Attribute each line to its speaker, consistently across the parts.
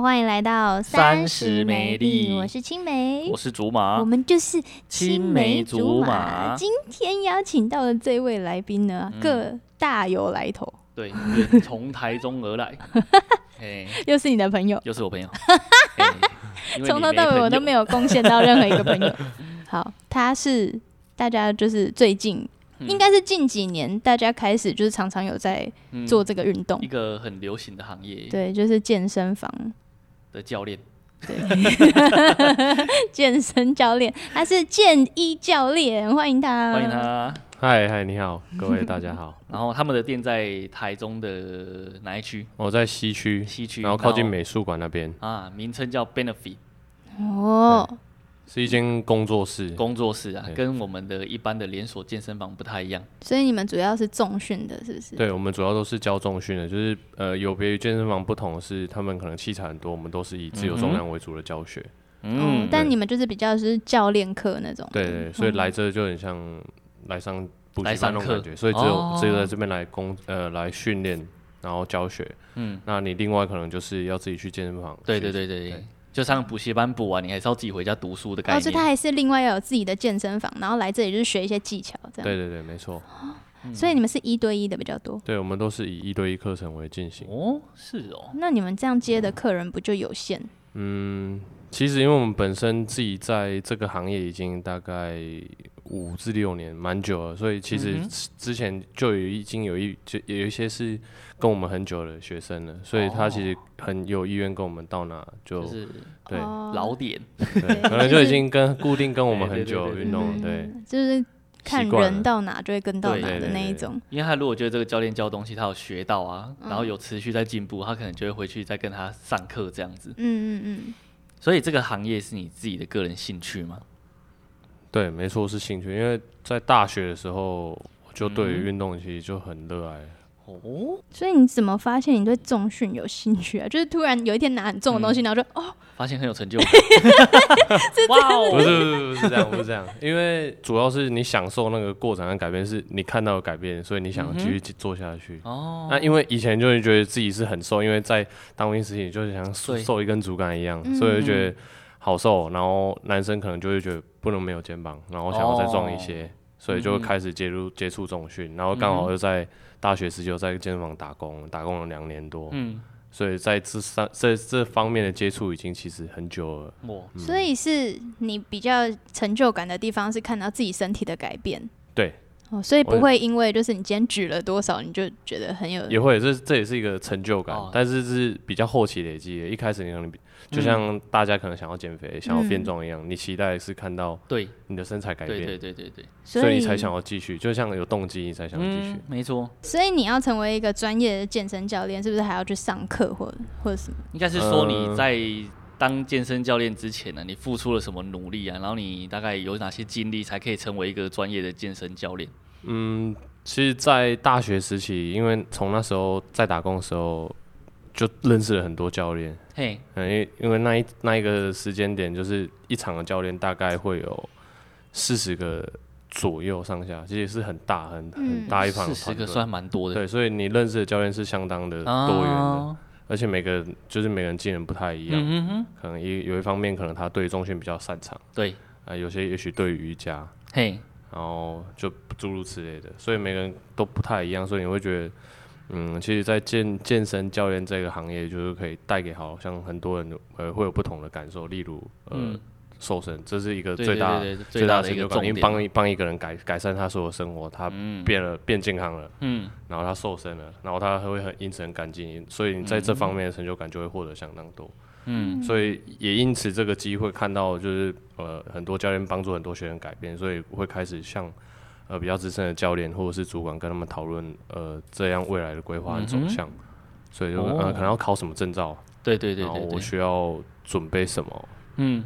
Speaker 1: 欢迎来到
Speaker 2: 三
Speaker 1: 十美
Speaker 2: 十美丽
Speaker 1: 我是青梅
Speaker 2: 我，是竹马，
Speaker 1: 我们就是
Speaker 2: 青
Speaker 1: 梅
Speaker 2: 梅竹
Speaker 1: 马。
Speaker 2: 马
Speaker 1: 今天邀请到的这位来宾呢，
Speaker 2: 嗯
Speaker 1: 各大有来头，
Speaker 2: 对远从台中 而来，哎，
Speaker 1: 又是你的朋友，
Speaker 2: 又是我 朋友，哎因为
Speaker 1: 从
Speaker 2: 你
Speaker 1: 头
Speaker 2: 没
Speaker 1: 到尾
Speaker 2: 朋
Speaker 1: 我
Speaker 2: 友
Speaker 1: 都没有贡献到任何一个朋友。 好，他是大家就是最近。
Speaker 2: 嗯
Speaker 1: 应该是近几年大家开始就是常常有在
Speaker 2: 嗯
Speaker 1: 做这个运动
Speaker 2: 一，个很流行的行业
Speaker 1: 对，就是健身房，
Speaker 2: 的教练，
Speaker 1: 对，健身教练，他是健一教练，欢迎他，
Speaker 2: 欢迎。他。
Speaker 3: 嗨嗨，你好，各 位大家好，
Speaker 2: 然后他们的店在台中的哪一区？
Speaker 3: 我在西区，
Speaker 2: 西区，
Speaker 3: 然后靠近美术馆那边
Speaker 2: 啊，名称叫 Benefit
Speaker 1: 哦，
Speaker 3: 是一间工作室，
Speaker 2: 工作室啊，
Speaker 3: 对
Speaker 2: 跟我们的一般的连锁健身房不太一样。
Speaker 1: 所以你们主要是重训的，是不是？哦
Speaker 3: 对我们主要都是教重训的，就是呃有别于健身房不同的是，他们可能器材很多，我们都是以自由重量为主的教学，
Speaker 1: 哦
Speaker 2: 嗯，
Speaker 1: 但你们就是比较是教练课那种。
Speaker 3: 对对，所以来这就很像来上补习班那种感觉，所以只有、
Speaker 2: 哦
Speaker 3: 只有在这边来工呃来训练，然后教学，
Speaker 2: 嗯
Speaker 3: 嗯，那你另外可能就是要自己去健身房，
Speaker 2: 对对，对对
Speaker 3: 对，
Speaker 2: 就上补习班补完，你还是要自己回家读书的概
Speaker 1: 哦，所以他
Speaker 2: 念。
Speaker 1: 还是另外要有自己的健身房，然后来这里就是学一些技巧这样。
Speaker 3: 对对对，没错，
Speaker 1: 所以你们是一对一的比较多。
Speaker 3: 对我们都是以一对一课程为进行。
Speaker 2: 哦，是哦，
Speaker 1: 那你们这样接的客人不就有限？
Speaker 3: 嗯，其实因为我们本身自己在这个行业已经大概五至六年，蛮久了，所以其实
Speaker 2: 嗯哼
Speaker 3: 之之前就有已经有一就有一些是跟我们很久的学生了，所以他其实很有意愿跟我们到哪就、
Speaker 2: 就是
Speaker 3: 对、
Speaker 1: 哦
Speaker 2: 老点，
Speaker 3: 对， 可能就 已经跟固定跟我们很久
Speaker 2: 对对对对
Speaker 3: 运动了，对，
Speaker 1: 嗯就是看
Speaker 3: 习惯了
Speaker 1: 人到哪就会跟到哪的那一种。
Speaker 2: 因为他如果觉得这个教练教的东西他有学到啊，然后有持续在进步，他可能就会回去再跟他上课这样子。
Speaker 1: 嗯嗯
Speaker 2: 所以这个行业是你自己的个人兴趣吗？
Speaker 3: 对，没错是兴趣，因为在大学的时候。就对于运动其实就很热爱，
Speaker 2: 哦
Speaker 1: 嗯，，所以你怎么发现你对重训有兴趣啊？就是突然有一天拿很重的
Speaker 3: 嗯
Speaker 1: 东西，然后就哦，
Speaker 2: 发现很有成就感。哇
Speaker 3: 不
Speaker 2: 哦，
Speaker 3: 是不是不是这样，不是这样， 因为主要是你享受那个过程的改变，是你看到的改变，所以你想要继续做下去。
Speaker 2: 嗯哦，
Speaker 3: 那因为以前就会觉得自己是很瘦，因为在当兵时期就是像瘦
Speaker 2: 对
Speaker 3: 瘦一根竹竿一样
Speaker 1: 嗯，
Speaker 3: 所以就觉得好瘦。然后男生可能就会觉得不能没有肩膀，然后想要再壮一
Speaker 2: 哦
Speaker 3: 些，所以就会开始接触接触重训。然后刚好又在大学时期又在健身房打工，打工了两年多，
Speaker 2: 嗯，
Speaker 3: 所以在这三这这方面的接触已经其实很久了。
Speaker 2: 我
Speaker 1: 所以是你比较成就感的地方是看到自己身体的改变。
Speaker 3: 对。
Speaker 1: 哦，所以
Speaker 3: 我
Speaker 1: 不会因为就是你今天举了多少，你就觉得很有
Speaker 3: 也会，这这也是一个成就感，
Speaker 2: 哦
Speaker 3: 但是是比较后期累积的。一开始你可能比就像大家可能想要减肥、
Speaker 2: 嗯
Speaker 3: 想要变壮一样，你期待是看到
Speaker 2: 对
Speaker 3: 你的身材改变，
Speaker 2: 对对对对对，
Speaker 1: 所
Speaker 3: 所
Speaker 1: 以
Speaker 3: 以你才想要继续，就像有动机你才想要继续。
Speaker 2: 嗯，没错，
Speaker 1: 所以你要成为一个专业的健身教练，是不是还要去上课或或者什么？
Speaker 2: 应该是说
Speaker 3: 呃
Speaker 2: 你在当健身教练之前呢、你付出了什么努力啊？然后你大概有哪些经历才可以成为一个专业的健身教练？
Speaker 3: 嗯，其实，在大学时期，因为从那时候在打工的时候，就认识了很多教练。
Speaker 2: 嘿，
Speaker 3: 嗯，因为因为那一那一个时间点，就是一场的教练大概会有四十个左右上下，其实是很大很
Speaker 1: 嗯
Speaker 3: 很大一盘
Speaker 2: 四
Speaker 3: 的
Speaker 2: 十
Speaker 3: 团队。
Speaker 2: 个算蛮多的，
Speaker 3: 对，所以你认识的教练是相当的多元的，
Speaker 2: 啊
Speaker 3: 而且每个人就是每个人技能不太一样，
Speaker 2: 嗯哼
Speaker 3: 可能一有一方面可能他对中训比较擅长，
Speaker 2: 哼，对，
Speaker 3: 啊、有些也许对瑜伽，
Speaker 2: 嘿，
Speaker 3: 然后就诸如此类的，所以每个人都不太一样，所以你会觉得，嗯，其实，在健健身教练这个行业，就是可以带给好像很多人呃会有不同的感受，例如呃、
Speaker 2: 嗯
Speaker 3: 瘦身，这是一个
Speaker 2: 对
Speaker 3: 最大
Speaker 2: 对对对
Speaker 3: 最
Speaker 2: 最大
Speaker 3: 大
Speaker 2: 的
Speaker 3: 成
Speaker 2: 一个
Speaker 3: 就
Speaker 2: 重
Speaker 3: 感，因
Speaker 2: 点啊
Speaker 3: 为帮一帮一个人改改善他所有生活，他变了、变健康了。
Speaker 2: 嗯，
Speaker 3: 然后他瘦身了，然后他还会很因此很感激你，所以你在
Speaker 2: 嗯
Speaker 3: 这方面的成就感就会获得相当多。嗯，所以也因此这个机会看到，就是呃很多教练帮助很多学员改变，所以会开始向呃比较资深的教练或者是主管跟他们讨论呃这样未来的规划和走向。所以就、
Speaker 2: 嗯哦
Speaker 3: 呃可能要考什么证照，
Speaker 2: 对对对
Speaker 3: 然后
Speaker 2: 对
Speaker 3: 我
Speaker 2: 对，
Speaker 3: 需要准备什么，
Speaker 2: 嗯，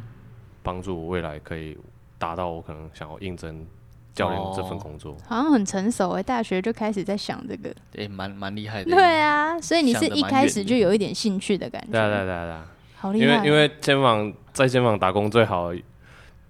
Speaker 3: 帮助我未来可以达到我可能想要应征教练这份
Speaker 2: 哦
Speaker 3: 工作。
Speaker 1: 好像很成熟哎、大学就开始在想这个。
Speaker 2: 对，蛮蛮厉害的，
Speaker 1: 对啊，所以你是
Speaker 2: 想得
Speaker 1: 一
Speaker 2: 蛮
Speaker 1: 开始
Speaker 2: 远的
Speaker 1: 就有一点兴趣的感觉，
Speaker 3: 对啊对啊对啊对啊。
Speaker 1: 好厉
Speaker 3: 因
Speaker 1: 害
Speaker 3: 为
Speaker 1: 哦！
Speaker 3: 因为肩膀在肩膀打工最好的，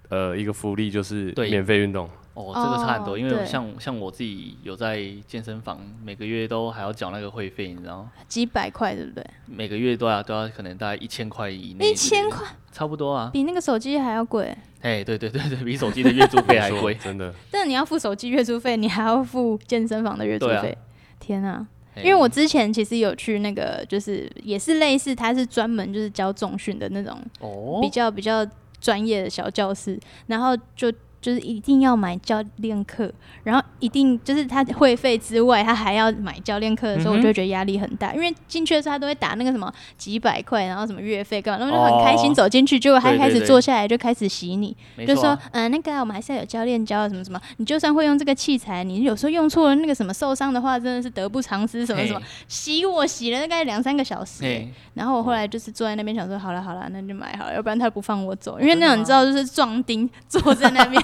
Speaker 3: 呃，一个福利就是
Speaker 2: 对
Speaker 3: 免费运动，
Speaker 2: 哦，这个差很多，
Speaker 1: 哦
Speaker 2: 因为
Speaker 1: 对
Speaker 2: 像像我自己有在健身房，每个月都还要缴那个会费，你知道吗，
Speaker 1: 几百块对不对？
Speaker 2: 每个月都要都要可能大概一千块以内，
Speaker 1: 一千，块
Speaker 2: 差不多啊。
Speaker 1: 比那个手机还要贵，
Speaker 2: 哎，对对对对，比手机的月租费还
Speaker 3: 没错。
Speaker 2: 贵
Speaker 3: 真的。
Speaker 1: 但你要付手机月租费，你还要付健身房的月租
Speaker 2: 对啊
Speaker 1: 费。天啊！
Speaker 2: 哎
Speaker 1: 因为我之前其实有去那个，就是也是类似，他是专门就是教重训的那种
Speaker 2: 哦
Speaker 1: 比，较比较专业的小教室，然后就就是一定要买教练课，然后一定就是他会费之外，他还要买教练课的时候，
Speaker 2: 嗯哼
Speaker 1: 我就会觉得压力很大，因为进去的时候他都会打那个什么几百块，然后什么月费干嘛，然后就很开心
Speaker 2: 哦
Speaker 1: 走进去，结果他
Speaker 2: 对
Speaker 1: 一开
Speaker 2: 对
Speaker 1: 始
Speaker 2: 对
Speaker 1: 坐下来就开始洗你，
Speaker 2: 没
Speaker 1: 就
Speaker 2: 错
Speaker 1: 说
Speaker 2: 啊，
Speaker 1: 嗯、呃那个啊、我们还是要有教练教什么什么，你就算会用这个器材，你有时候用错了那个什么受伤的话，真的是得不偿失什么什么
Speaker 2: 嘿，
Speaker 1: 洗我洗了大概两三个小时欸、
Speaker 2: 哎，
Speaker 1: 然后我后来就是坐在那边想说，好了好了，那就买好了，要不然他不放我走，因为
Speaker 2: 真的
Speaker 1: 那
Speaker 2: 吗
Speaker 1: 种你知道就是壮 丁坐在那边，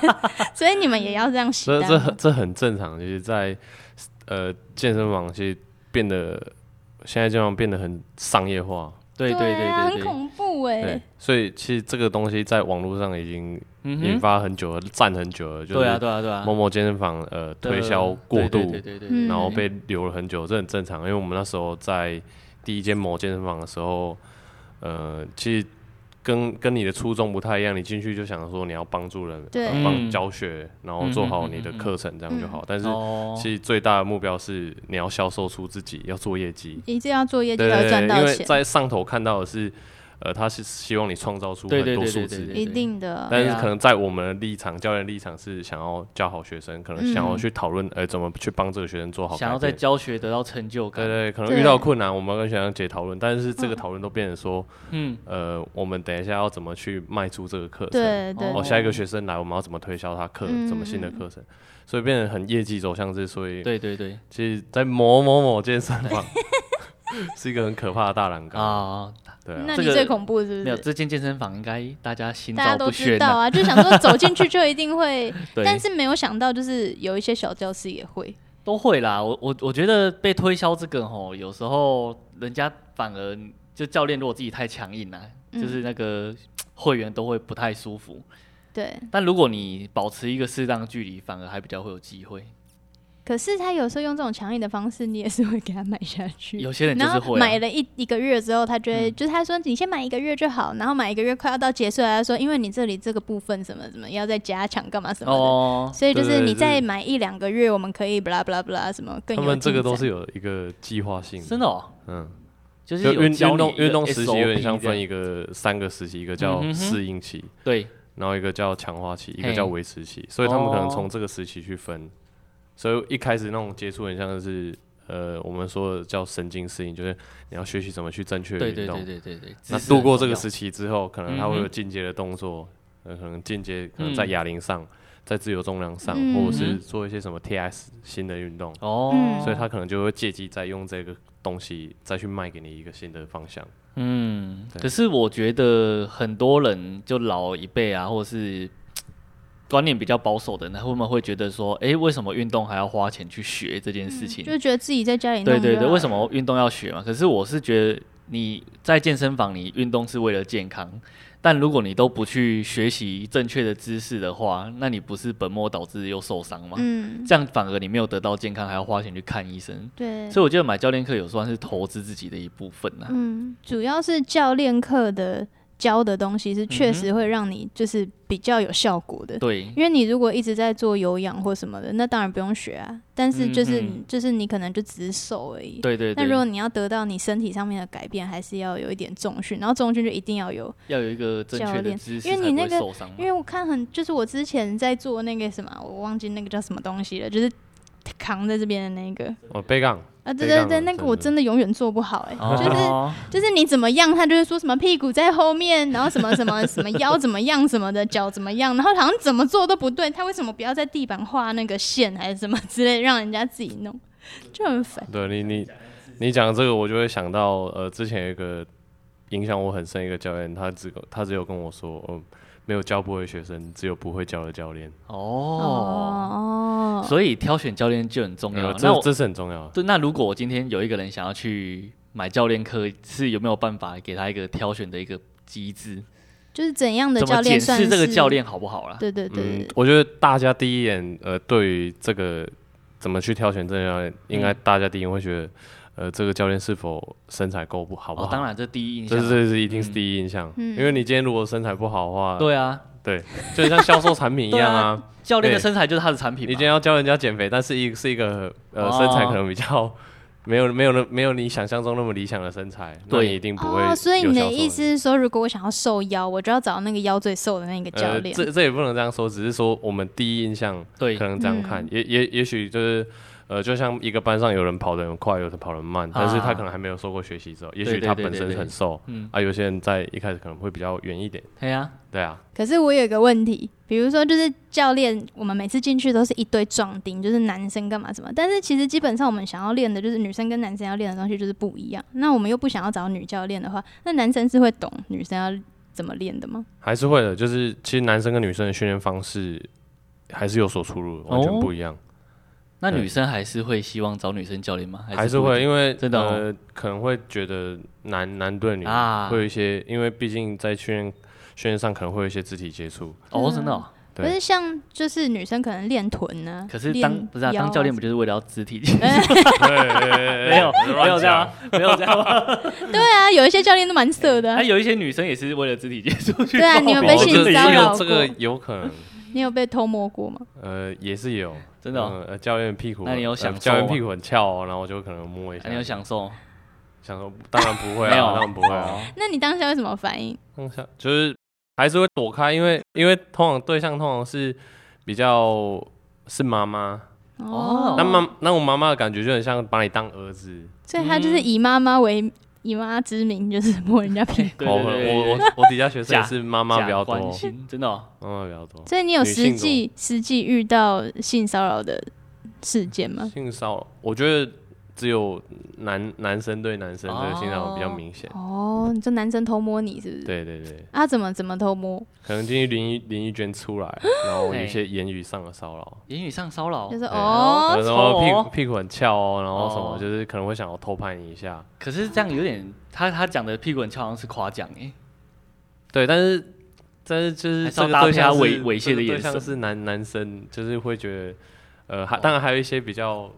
Speaker 1: 所以你们也要这样洗
Speaker 3: 这这
Speaker 1: 单吗
Speaker 3: 很这很正常，其实在，呃健身房其实变得现在健身房变得很商业化，
Speaker 2: 对对
Speaker 1: 啊
Speaker 2: 对对
Speaker 1: 很
Speaker 2: 对，
Speaker 1: 恐怖哎、
Speaker 3: 对，所以其实这个东西在网络上已经
Speaker 2: 嗯
Speaker 3: 引
Speaker 2: 哼，
Speaker 3: 发很久了，站很久了，就
Speaker 2: 对啊
Speaker 3: 是
Speaker 2: 对啊对啊
Speaker 3: 某，某健身房呃
Speaker 2: 的
Speaker 3: 推销过
Speaker 2: 对
Speaker 3: 度
Speaker 2: 对，对对
Speaker 1: 嗯
Speaker 2: 对，
Speaker 3: 然后被留了很久，这很正常，因为我们那时候在第一间某健身房的时候，呃，其实。跟跟你的初衷不太一样，你进去就想说你要帮助人，
Speaker 1: 对嗯
Speaker 3: 呃帮、
Speaker 2: 嗯
Speaker 3: 教学，然后做好你的课程，这样就好。但是
Speaker 2: 哦，
Speaker 3: 其实最大的目标是你要销售出自己，要做业绩。
Speaker 1: 一定要做业绩
Speaker 3: 对
Speaker 1: 才会
Speaker 3: 对
Speaker 1: 赚
Speaker 3: 对，因
Speaker 1: 到
Speaker 3: 为
Speaker 1: 钱，
Speaker 3: 在上头看到的是，呃，他是希望你创造出
Speaker 2: 对
Speaker 3: 很
Speaker 2: 对
Speaker 3: 多
Speaker 2: 对
Speaker 3: 数
Speaker 2: 对对
Speaker 3: 字，
Speaker 2: 对，
Speaker 1: 一定的。
Speaker 3: 但
Speaker 2: 对
Speaker 3: 是
Speaker 2: 啊
Speaker 3: 可能在我们的立场，教练立场是想要教好学生，可能想要
Speaker 1: 嗯
Speaker 3: 去讨论，呃，怎么去帮这个学生做好改变。
Speaker 2: 想要在教学得到成就
Speaker 3: 对
Speaker 2: 感，
Speaker 3: 对，可能
Speaker 1: 对
Speaker 3: 遇到困难，我们跟学长姐讨论，但是这个
Speaker 1: 嗯
Speaker 3: 讨论都变成说，
Speaker 2: 嗯，
Speaker 3: 呃，我们等一下要怎么去卖出这个课程，
Speaker 1: 对对
Speaker 3: 哦，
Speaker 2: 哦
Speaker 3: 下一个学生来，我们要怎么推销他课，
Speaker 1: 嗯
Speaker 3: 怎么新的
Speaker 1: 嗯
Speaker 3: 课程，所以变得很业绩走向是，所以
Speaker 2: 对对对
Speaker 3: 其实，在某某某健身房 是一个很可怕的大染缸，
Speaker 2: 啊，
Speaker 3: 对
Speaker 1: 那
Speaker 3: 啊，
Speaker 1: 你
Speaker 2: 这个
Speaker 1: 最恐怖是不
Speaker 2: 没有
Speaker 1: 是？
Speaker 2: 这间健身房应该大家心
Speaker 1: 大家
Speaker 2: 照
Speaker 1: 都
Speaker 2: 不
Speaker 1: 知
Speaker 2: 宣
Speaker 1: 道
Speaker 2: 呐，
Speaker 1: 啊，就想说走进去就一定会，
Speaker 2: 对，
Speaker 1: 但是没有想到就是有一些小教室也会。
Speaker 2: 都会啦。我我我觉得被推销这个吼，有时候人家反而就教练如果自己太强硬啦、啊
Speaker 1: 嗯
Speaker 2: 就是那个会员都会不太舒服。
Speaker 1: 对，
Speaker 2: 但如果你保持一个适当的距离，反而还比较会有机会。
Speaker 1: 可是他有时候用这种强硬的方式，你也是会给他买下去。
Speaker 2: 有些人
Speaker 1: 嗯
Speaker 2: 就
Speaker 1: 然
Speaker 2: 是
Speaker 1: 后
Speaker 2: 会、
Speaker 1: 买
Speaker 2: 啊，嗯
Speaker 1: 了一一个月之后，他就会、就是他说你先买一个月就好，然后买一个月快要到结束了，他说因为你这里这个部分什么什么要再加强干嘛什么的，
Speaker 2: 哦，
Speaker 1: 所以就
Speaker 3: 对
Speaker 1: 是
Speaker 3: 对
Speaker 1: 你
Speaker 3: 对
Speaker 1: 再买一两个月，我们可以 blah blah blah 什么更
Speaker 3: 他
Speaker 1: 有
Speaker 3: 们这
Speaker 1: 进
Speaker 3: 个
Speaker 1: 展
Speaker 3: 都是有一个计划性的，
Speaker 2: 真的哦，
Speaker 3: 嗯，
Speaker 2: 就是
Speaker 3: 就
Speaker 2: 有
Speaker 3: 运
Speaker 2: 教
Speaker 3: 运动
Speaker 2: 你一个
Speaker 3: 运动时期有点
Speaker 2: SOP
Speaker 3: 像
Speaker 2: 这样
Speaker 3: 分一个三个时期，一个叫
Speaker 2: 嗯哼哼
Speaker 3: 适应期，
Speaker 2: 对
Speaker 3: 然后一个叫强化期，一个
Speaker 2: 嘿
Speaker 3: 叫维持期，所以他们可能
Speaker 2: 哦
Speaker 3: 从这个时期去分。所以一开始那种接触很像是，呃，我们说的叫神经适应，就是你要学习怎么去正确地
Speaker 2: 对
Speaker 3: 运
Speaker 2: 对
Speaker 3: 动
Speaker 2: 对。对对对，
Speaker 3: 那
Speaker 2: 姿势
Speaker 3: 度
Speaker 2: 很
Speaker 3: 过这
Speaker 2: 重
Speaker 3: 个
Speaker 2: 要
Speaker 3: 时期之后，可能他会
Speaker 2: 嗯
Speaker 3: 有
Speaker 2: 哼
Speaker 3: 进阶的动作，呃，可能进阶可能在
Speaker 2: 嗯
Speaker 3: 哑铃上，在自由重量上，
Speaker 1: 嗯
Speaker 3: 或者
Speaker 2: 嗯
Speaker 3: 是
Speaker 2: 哼
Speaker 3: 做一些什么 TS 新的运动，
Speaker 2: 哦，
Speaker 1: 嗯
Speaker 3: 所以他可能就会借机再用这个东西再去卖给你一个新的方向。
Speaker 2: 嗯，
Speaker 3: 对
Speaker 2: 可是我觉得很多人就老一辈啊，或者是观念比较保守的人，他们会觉得说，诶，为什么运动还要花钱去学这件事情？
Speaker 1: 嗯就觉得自己在家里弄
Speaker 2: 对对
Speaker 1: 就好
Speaker 2: 对，
Speaker 1: 了
Speaker 2: 为什么运动要学嘛？可是我是觉得你在健身房，你运动是为了健康，但如果你都不去学习正确的姿势的话，那你不是本末倒置又受伤吗？
Speaker 1: 嗯
Speaker 2: 这样反而你没有得到健康，还要花钱去看医生。
Speaker 1: 对，
Speaker 2: 所以我觉得买教练课有算是投资自己的一部分啊呐、
Speaker 1: 嗯，主要是教练课的教的东西是确实会让你就是比较有效果的，
Speaker 2: 嗯对，
Speaker 1: 因为你如果一直在做有氧或什么的，那当然不用学啊。但是就是、
Speaker 2: 嗯嗯
Speaker 1: 就是你可能就只是瘦而已。
Speaker 2: 对对
Speaker 1: 那
Speaker 2: 对
Speaker 1: 如，果你要得到你身体上面的改变，还是要有一点重训，然后重训就一定要有，
Speaker 2: 要有一个正
Speaker 1: 教
Speaker 2: 确的
Speaker 1: 练
Speaker 2: 姿势
Speaker 1: 因为
Speaker 2: 才
Speaker 1: 你
Speaker 2: 不
Speaker 1: 那
Speaker 2: 会
Speaker 1: 个
Speaker 2: 受伤嘛。
Speaker 1: 因为我看很就是我之前在做那个什么，我忘记那个叫什么东西了，就是扛在这边的那个
Speaker 3: 哦，背杠，
Speaker 1: 啊，对
Speaker 3: 对
Speaker 1: 对
Speaker 3: 杠
Speaker 1: 对，
Speaker 3: 啊
Speaker 1: 那个我
Speaker 3: 对对
Speaker 1: 真的永远做不好哎、就是
Speaker 2: 哦
Speaker 1: 就是你怎么样，他就会说什么屁股在后面，然后什么什么 什么腰怎么样什么的，脚怎么样，然后好像怎么做都不对。他为什么不要在地板画那个线还是什么之类，让人家自己弄， 就很烦。
Speaker 3: 对你你你讲这个，我就会想到呃，之前有一个影响我很深一个教练，他只他只有跟我说，嗯、没有教不会学生，只有不会教的教练。
Speaker 2: 哦，
Speaker 1: 哦，
Speaker 2: 所以挑选教练就很重要。啊
Speaker 3: 呃
Speaker 2: 那
Speaker 3: 这
Speaker 2: 我
Speaker 3: 这是很重要的。
Speaker 2: 对，那如果我今天有一个人想要去买教练课，是有没有办法给他一个挑选的一个机制？
Speaker 1: 就是怎样的
Speaker 2: 怎么
Speaker 1: 教练
Speaker 2: 检
Speaker 1: 算是
Speaker 2: 视这个教？练好不好啦？
Speaker 1: 对对对对
Speaker 3: 嗯
Speaker 1: 对，
Speaker 3: 我觉得大家第一眼呃，对于这个怎么去挑选这个教练，
Speaker 2: 嗯
Speaker 3: 应该大家第一眼会觉得，呃，这个教练是否身材够不好不好？
Speaker 2: 哦，当，然这第一印象
Speaker 3: 这
Speaker 2: 啊，
Speaker 3: 是这是一定是第一印象，
Speaker 1: 嗯
Speaker 3: 因为你今天如果身材不好的话，
Speaker 2: 对啊，
Speaker 3: 对，就像销售 产品一样啊。
Speaker 2: 教练的
Speaker 3: 对
Speaker 2: 身材就是他的产品嘛
Speaker 3: 你今。天要教人家减肥，但是一是一个呃
Speaker 2: 哦
Speaker 3: 身材可能比较没有没有那没有你想象中那么理想的身材，那
Speaker 2: 对
Speaker 3: 你一定不会有销售力。
Speaker 1: 哦，所以你的意思是说，如果我想要瘦腰，我就要找那个腰最瘦的那个教
Speaker 3: 呃，
Speaker 1: 练。
Speaker 3: 这这也不能这样说，只是说我们第一印象
Speaker 2: 对
Speaker 3: 可能这样看，
Speaker 1: 嗯
Speaker 3: 也也也许就是。呃，就像一个班上有人跑得很快，有人跑得很慢，但是他可能还没有受过学习之后，也许
Speaker 2: 啊对对
Speaker 3: 他
Speaker 2: 对
Speaker 3: 本
Speaker 2: 对
Speaker 3: 身
Speaker 2: 对
Speaker 3: 很瘦，
Speaker 2: 嗯
Speaker 3: 啊，有些人在一开始可能会比较远一点，
Speaker 2: 对呀，
Speaker 3: 对啊，
Speaker 1: 可是我有一个问题，比如说就是教练，我们每次进去都是一堆壮丁，就是男生干嘛什么，但是其实基本上我们想要练的就是女生跟男生要练的东西就是不一样。那我们又不想要找女教练的话，那男生是会懂女生要怎么练的吗？
Speaker 3: 还是会的。就是其实男生跟女生的训练方式还是有所出入，完全
Speaker 2: 哦
Speaker 3: 不一样。
Speaker 2: 那
Speaker 3: 对
Speaker 2: 女生还是会希望找女生教练吗？
Speaker 3: 还是
Speaker 2: 不一
Speaker 3: 会，
Speaker 2: 定
Speaker 3: 因为
Speaker 2: 真的哦
Speaker 3: 呃，可能会觉得男男对女
Speaker 2: 啊
Speaker 3: 会有一些，因为毕竟在训练训练上可能会有一些肢体接触，
Speaker 2: 哦，真的哦。
Speaker 3: 对
Speaker 1: 可是像就是女生可能练臀呢、
Speaker 2: 可是
Speaker 1: 练
Speaker 2: 当不是啊，
Speaker 1: 腰
Speaker 2: 当教练不就是为了要肢体？没
Speaker 3: 没
Speaker 2: 有没有这样啊， 没有这样啊。
Speaker 1: 对啊，有一些教练都蛮色 的啊、
Speaker 2: 那有一些女生也是为了肢体接触去
Speaker 1: 对啊
Speaker 2: 报
Speaker 1: 你们
Speaker 2: 名
Speaker 1: 被性骚扰
Speaker 3: 哦这
Speaker 1: 过
Speaker 3: 个有可能，
Speaker 1: 你有被偷摸过吗？
Speaker 3: 呃，也是有，
Speaker 2: 真的哦。
Speaker 3: 嗯呃教练屁股，
Speaker 2: 那你有
Speaker 3: 呃
Speaker 2: 享受
Speaker 3: 教练
Speaker 2: 吗
Speaker 3: 屁股很翘哦，然后我就可能摸一下，
Speaker 2: 那你有享受？
Speaker 3: 想说，当然不 会
Speaker 2: 没有
Speaker 3: 啊，当然不会啊，
Speaker 2: 哦
Speaker 1: 那你当下有什么反应？
Speaker 3: 当下就是还是会躲开，因为因为通常对象通常是比较是妈妈，
Speaker 2: 哦
Speaker 3: 那妈那我妈妈的感觉就很像把你当儿子。
Speaker 1: 所以他就是以妈妈为以妈之名，就是摸人家屁股。
Speaker 2: 对
Speaker 3: 哦
Speaker 2: 对对
Speaker 3: 我
Speaker 2: 对
Speaker 3: 我我底下学生
Speaker 2: 假
Speaker 3: 也是妈妈比较
Speaker 2: 假
Speaker 3: 多，
Speaker 2: 关心，真的哦。
Speaker 3: 妈妈比较多。
Speaker 1: 所以你有
Speaker 3: 女性
Speaker 1: 实
Speaker 3: 的
Speaker 1: 际实际遇到性骚扰的事件吗？
Speaker 3: 性骚扰，我觉得只有男男生对男生这个性骚扰比较明显。
Speaker 1: 哦，你说男生偷摸你是不是？
Speaker 3: 对对对，
Speaker 1: 啊，怎么怎么偷摸？
Speaker 3: 可能进去淋一淋一圈出来，然后有一些言语上的骚扰，
Speaker 2: 言语上骚扰
Speaker 1: 就，是
Speaker 3: 对
Speaker 1: 哦，
Speaker 3: 然后屁
Speaker 2: 丑哦
Speaker 3: 股屁股很翘哦，然后什
Speaker 2: 哦
Speaker 3: 么就是可能会想要偷拍你一下，
Speaker 2: 可是这样有点，他他讲的屁股很翘，好像是夸奖哎。
Speaker 3: 对，但是。但是就是
Speaker 2: 还是要
Speaker 3: 这个
Speaker 2: 搭
Speaker 3: 对
Speaker 2: 配他
Speaker 3: 象是
Speaker 2: 猥猥亵的
Speaker 3: 这个
Speaker 2: 眼
Speaker 3: 对象
Speaker 2: 神
Speaker 3: 是男男生，就是会觉得，呃，还
Speaker 2: 哦
Speaker 3: 当然还有一些比较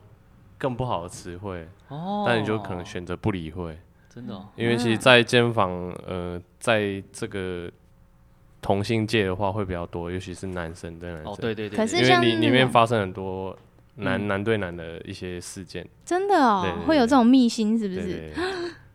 Speaker 3: 更不好的词汇，
Speaker 2: 哦，
Speaker 3: 但你就可能选择不理会。
Speaker 2: 真的哦。
Speaker 3: 因为其实，在健房，呃，在这个同性界的话会比较多，尤其是男生对男生。
Speaker 2: 哦，对对对，
Speaker 1: 可
Speaker 2: 对
Speaker 1: 是
Speaker 3: 因为
Speaker 1: 像
Speaker 3: 里
Speaker 1: 那
Speaker 3: 里面
Speaker 1: 种
Speaker 3: 发生很多男、
Speaker 2: 嗯
Speaker 3: 男对男的一些事件，
Speaker 1: 真的哦
Speaker 3: 对对，对
Speaker 1: 会有这种秘辛是不
Speaker 3: 对
Speaker 1: 是？
Speaker 3: 对对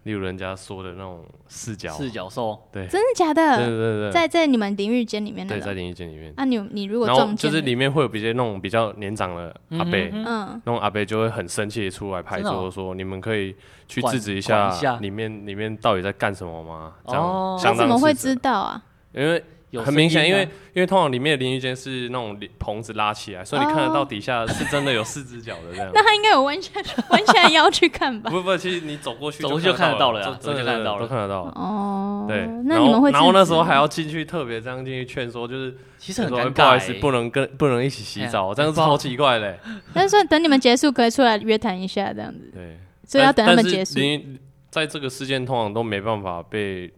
Speaker 3: 例如人家说的那种视角，
Speaker 2: 四角兽，
Speaker 3: 对，对
Speaker 1: 真的假
Speaker 3: 对
Speaker 1: 的？
Speaker 3: 对对，
Speaker 1: 在在你们淋浴间里面那
Speaker 3: 对在
Speaker 1: 种？
Speaker 3: 淋浴间里面，
Speaker 1: 啊，你你如果
Speaker 3: 然后
Speaker 1: 撞
Speaker 3: 就
Speaker 1: 见
Speaker 3: 是
Speaker 1: 了，
Speaker 3: 里面会有比较那种比较年长的阿伯。
Speaker 2: 嗯
Speaker 1: 嗯，
Speaker 3: 那种阿伯就会很生气，出来拍
Speaker 2: 真的哦
Speaker 3: 桌说：“你们可以去
Speaker 2: 管
Speaker 3: 制止
Speaker 2: 管
Speaker 3: 一下
Speaker 2: 一下
Speaker 3: 里面里面到底在干什么吗？”这样
Speaker 2: 哦
Speaker 1: 他
Speaker 3: 相
Speaker 1: 怎
Speaker 3: 当
Speaker 1: 么会
Speaker 3: 斥责
Speaker 1: 知道啊？
Speaker 3: 因为
Speaker 2: 有
Speaker 3: 很明显，
Speaker 2: 声音
Speaker 3: 因
Speaker 2: 啊
Speaker 3: 为因为通常里面的淋浴间是那种棚子拉起来，所以你看得到底下是真的有四只脚 的这样。
Speaker 1: 那他应该有弯下弯下腰去看 吧？
Speaker 3: 不不，其实你走过去
Speaker 2: 走过去
Speaker 3: 就看
Speaker 2: 就看得到了啊
Speaker 3: 呀，真
Speaker 2: 走过去
Speaker 3: 的
Speaker 2: 看得到了
Speaker 3: 都看得到。
Speaker 1: 哦，
Speaker 3: 对，
Speaker 1: 那
Speaker 3: 然
Speaker 1: 你
Speaker 3: 后
Speaker 1: 们会
Speaker 3: 然后那
Speaker 1: 制止
Speaker 3: 时候还
Speaker 1: 吗
Speaker 3: 要进去特别这样进去劝说，就是
Speaker 2: 其实很
Speaker 3: 说哎
Speaker 2: 尴
Speaker 3: 不好
Speaker 2: 尬
Speaker 3: 意思，
Speaker 2: 欸，
Speaker 3: 不能跟不能一起洗澡，
Speaker 2: 哎
Speaker 3: 这样子超奇怪嘞。
Speaker 2: 嗯
Speaker 1: 但是说等你们结束可以出来约谈一下这样子，
Speaker 3: 对，
Speaker 1: 所以要等他们
Speaker 3: 但是
Speaker 1: 结束。
Speaker 3: 淋浴在这个事件通常都没办法被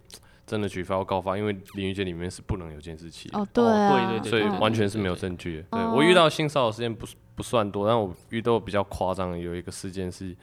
Speaker 3: 真的举报告发，因为淋浴间里面是不能有监视器的。
Speaker 1: 哦，对啊，
Speaker 2: 对对对
Speaker 3: 所以
Speaker 1: 嗯
Speaker 3: 完全是没有证据的。
Speaker 1: 嗯
Speaker 3: 对
Speaker 1: 哦
Speaker 3: 我遇到性骚扰事件不是不算多，但我遇到比较夸张的有一个事件是，